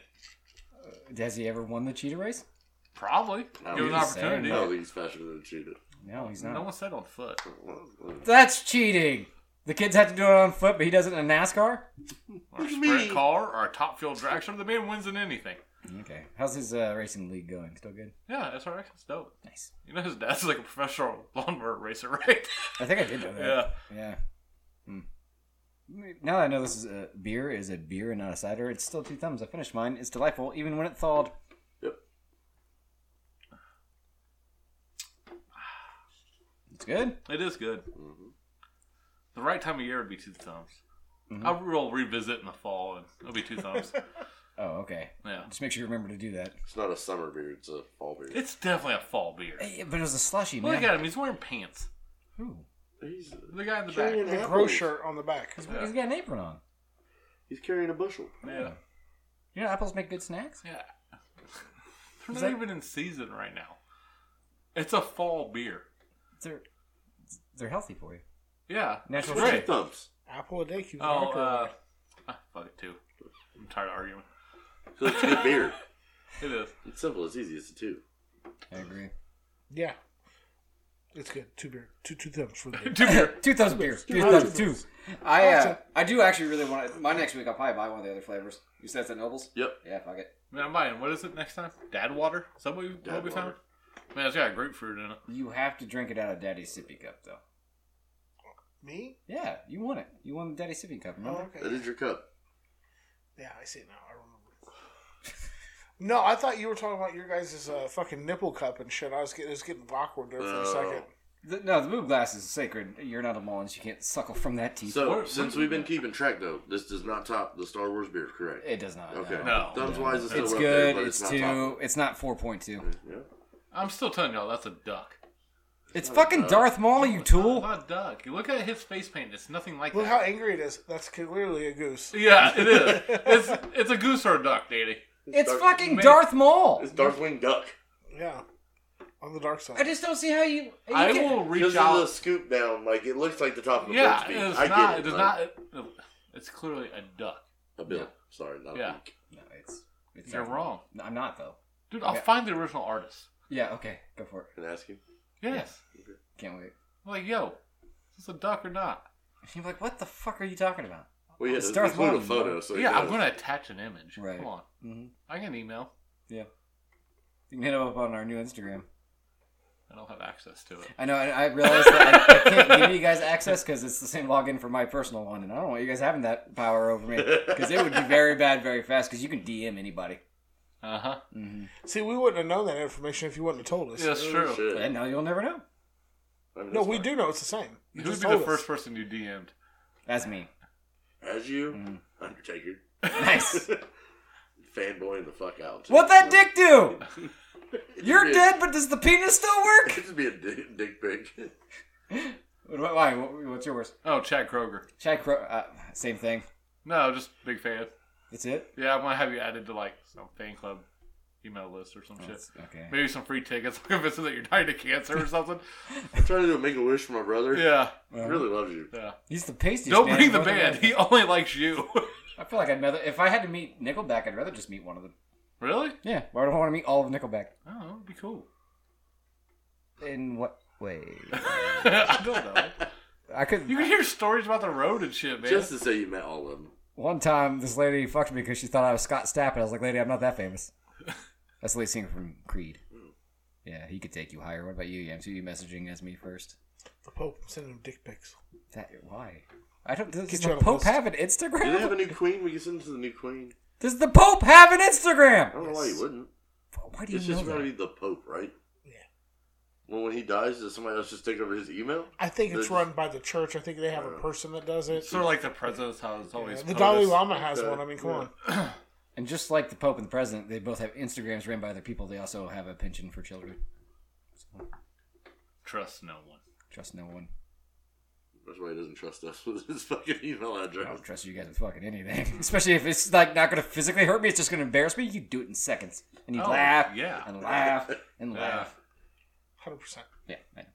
Has he ever won the cheetah race? Probably No, give him an he's saying opportunity. I don't think he's faster than a cheetah. No, he's not. No one said on foot. That's cheating. The kids have to do it on foot, but he does it in a NASCAR. Or a sprint car or a top field drag show. The man wins in anything. Okay. How's his uh, racing league going? Still good. Yeah, SRX is dope. Nice. You know his dad's like a professional lawnmower racer, right? I think I did know that. yeah. Yeah. Hmm. Now that I know this is a beer is a beer and not a cider, it's still two thumbs. I finished mine. It's delightful, even when it thawed. Yep. It's good. It is good. Mm-hmm. The right time of year would be two thumbs. I'll we'll revisit in the fall, and it'll be two thumbs. Oh, okay. yeah, Just make sure you remember to do that. It's not a summer beard. It's a fall beard. it's definitely a fall beer. Eh, But it was a slushy, man. Look at him; he's wearing pants. Ooh. He's The guy in the carrying back. The apples. grocer on the back. Yeah. He's got an apron on. He's carrying a bushel. Yeah, You know, apples make good snacks. yeah. They're not that- even in season right now. It's a fall beer. They're they're healthy for you. Yeah, Natural It's sugar. great. Thumbs. Apple a day keeps Oh, America uh, away. ah, fuck it too. I'm tired of arguing. So it's good beer. It is. It's simple. It's easy. It's a two. I agree. Yeah. It's good. Two beer. Two two thumbs for the beer. Two beer. Two thousand beers. Two thousand thousand two. I uh, Awesome. I do actually really want to, my next week. I'll probably buy one of the other flavors. You said it's at Nobles. Yep. Yeah, fuck it. Man, I'm buying. What is it next time? Dad water. Is that what we, what Dad we found? water. Man, it's got grapefruit in it. You have to drink it out of Daddy's sippy cup, though. Me? Yeah, you won it. You won the Daddy sippy cup. Oh, Remember? That okay. is your cup. Yeah, I see it now. I remember. No, I thought you were talking about your guys' uh, fucking nipple cup and shit. I was getting, it was getting awkward there for a Oh. second. The, no, the boob glass is sacred. You're not a Mullins. You can't suckle from that teeth. So Where- since where- we've been keeping track though, this does not top the Star Wars beer, correct? it does not. okay. No. No. Thumbs wise, it's still It's up good. there, but it's not two. It's not four point two. top. Yeah. I'm still telling y'all that's a duck. It's fucking Darth Maul, you It's tool. not a duck. You look at his face paint. It's nothing like Look that. how angry it is. That's clearly a goose. yeah, it is. It's it's a goose or a duck, Danny. It's Darth- fucking Darth Maul. It's Darkwing Duck. Yeah, on the dark side. I just don't see how you. you I can't- will Just reach a little out. scoop down, like it looks like the top of a Yeah, French bean. it's I get not. it. It does like, not. it's clearly a duck, A bill. Sorry, not Yeah. a beak. No, it's, it's You're Darth wrong. Maul. No, I'm not though. dude. I'll Yeah. find the original artist. Yeah. Okay. Go for it. Can I ask you? Yes. Can't wait. I'm like, yo, is this a duck or not? You're like, what the fuck are you talking about? Well, yeah, It's it's Darth include Maul, a photo. So it yeah, I'm does. gonna attach an image. Right. Come on, Mm-hmm. I can email. Yeah. You can hit him up on our new Instagram. I don't have access to it. I know. I, I realize that I, I can't give you guys access because it's the same login for my personal one, and I don't want you guys having that power over me because it would be very bad very fast. Because you can DM anybody. Uh huh. See, we wouldn't have known that information if you wouldn't have told us. Yeah, that's true. Oh, Shit. And now you'll never know. I mean, No, that's we fine. do know it's the same. You Who would just be the told us. first person you DM'd? That's me. As you, Undertaker, Nice. fanboying the fuck out. What that dick do? You're Yeah. dead, but does the penis still work? It'd just be a dick, dick pic. What- Why? What- What's yours? Oh, Chad Kroger. Chad Crow. Uh, same thing. No, just big fan. That's it. Yeah, I'm gonna have you added to like some fan club email list or some shit. That's- okay. Maybe some free tickets. if it says that you're dying of cancer or something. I'm trying to do a make a wish for my brother. yeah, He really loves you. yeah. He's the pasty. Don't bring the band. He only likes you. I feel like I'd rather if I had to meet Nickelback, I'd rather just meet one of them. really? Yeah. Why do I want to meet all of Nickelback? Oh, that would be cool. In what way? I don't know. I could. You can hear stories about the road and shit, man. Just to say you met all of them. One time, this lady fucked me because she thought I was Scott Stapp, and I was like, "Lady, I'm not that famous." That's the lead singer from Creed. Yeah, he could take you higher. What about you, Yams? Who are you messaging as me first? The Pope sending him dick pics. That why? I don't. Does Get you the on a Pope list. have an Do Instagram? they have a new queen? We can send it to the new queen. does the Pope have an I Instagram? don't know why you wouldn't. Why do you It's know just that? going to be the Pope, right? Yeah. Well, when he dies, does somebody else just take over his email? I think it's There's- run by the church. I think they have a person that does it. Sort of like the president's house always. the POTUS. Dalai Lama has Okay. one. I mean, come Yeah. on. And just like the Pope and the President, they both have Instagrams ran by other people. They also have a pension for children. Trust no one. Trust no one. That's why he doesn't trust us with his fucking email I address. don't trust you guys with fucking anything, especially if it's like not going to physically hurt me. It's just going to embarrass me. You do it in seconds, and you Oh, laugh, yeah. and laugh, and Yeah. laugh. Hundred percent. Yeah, I know.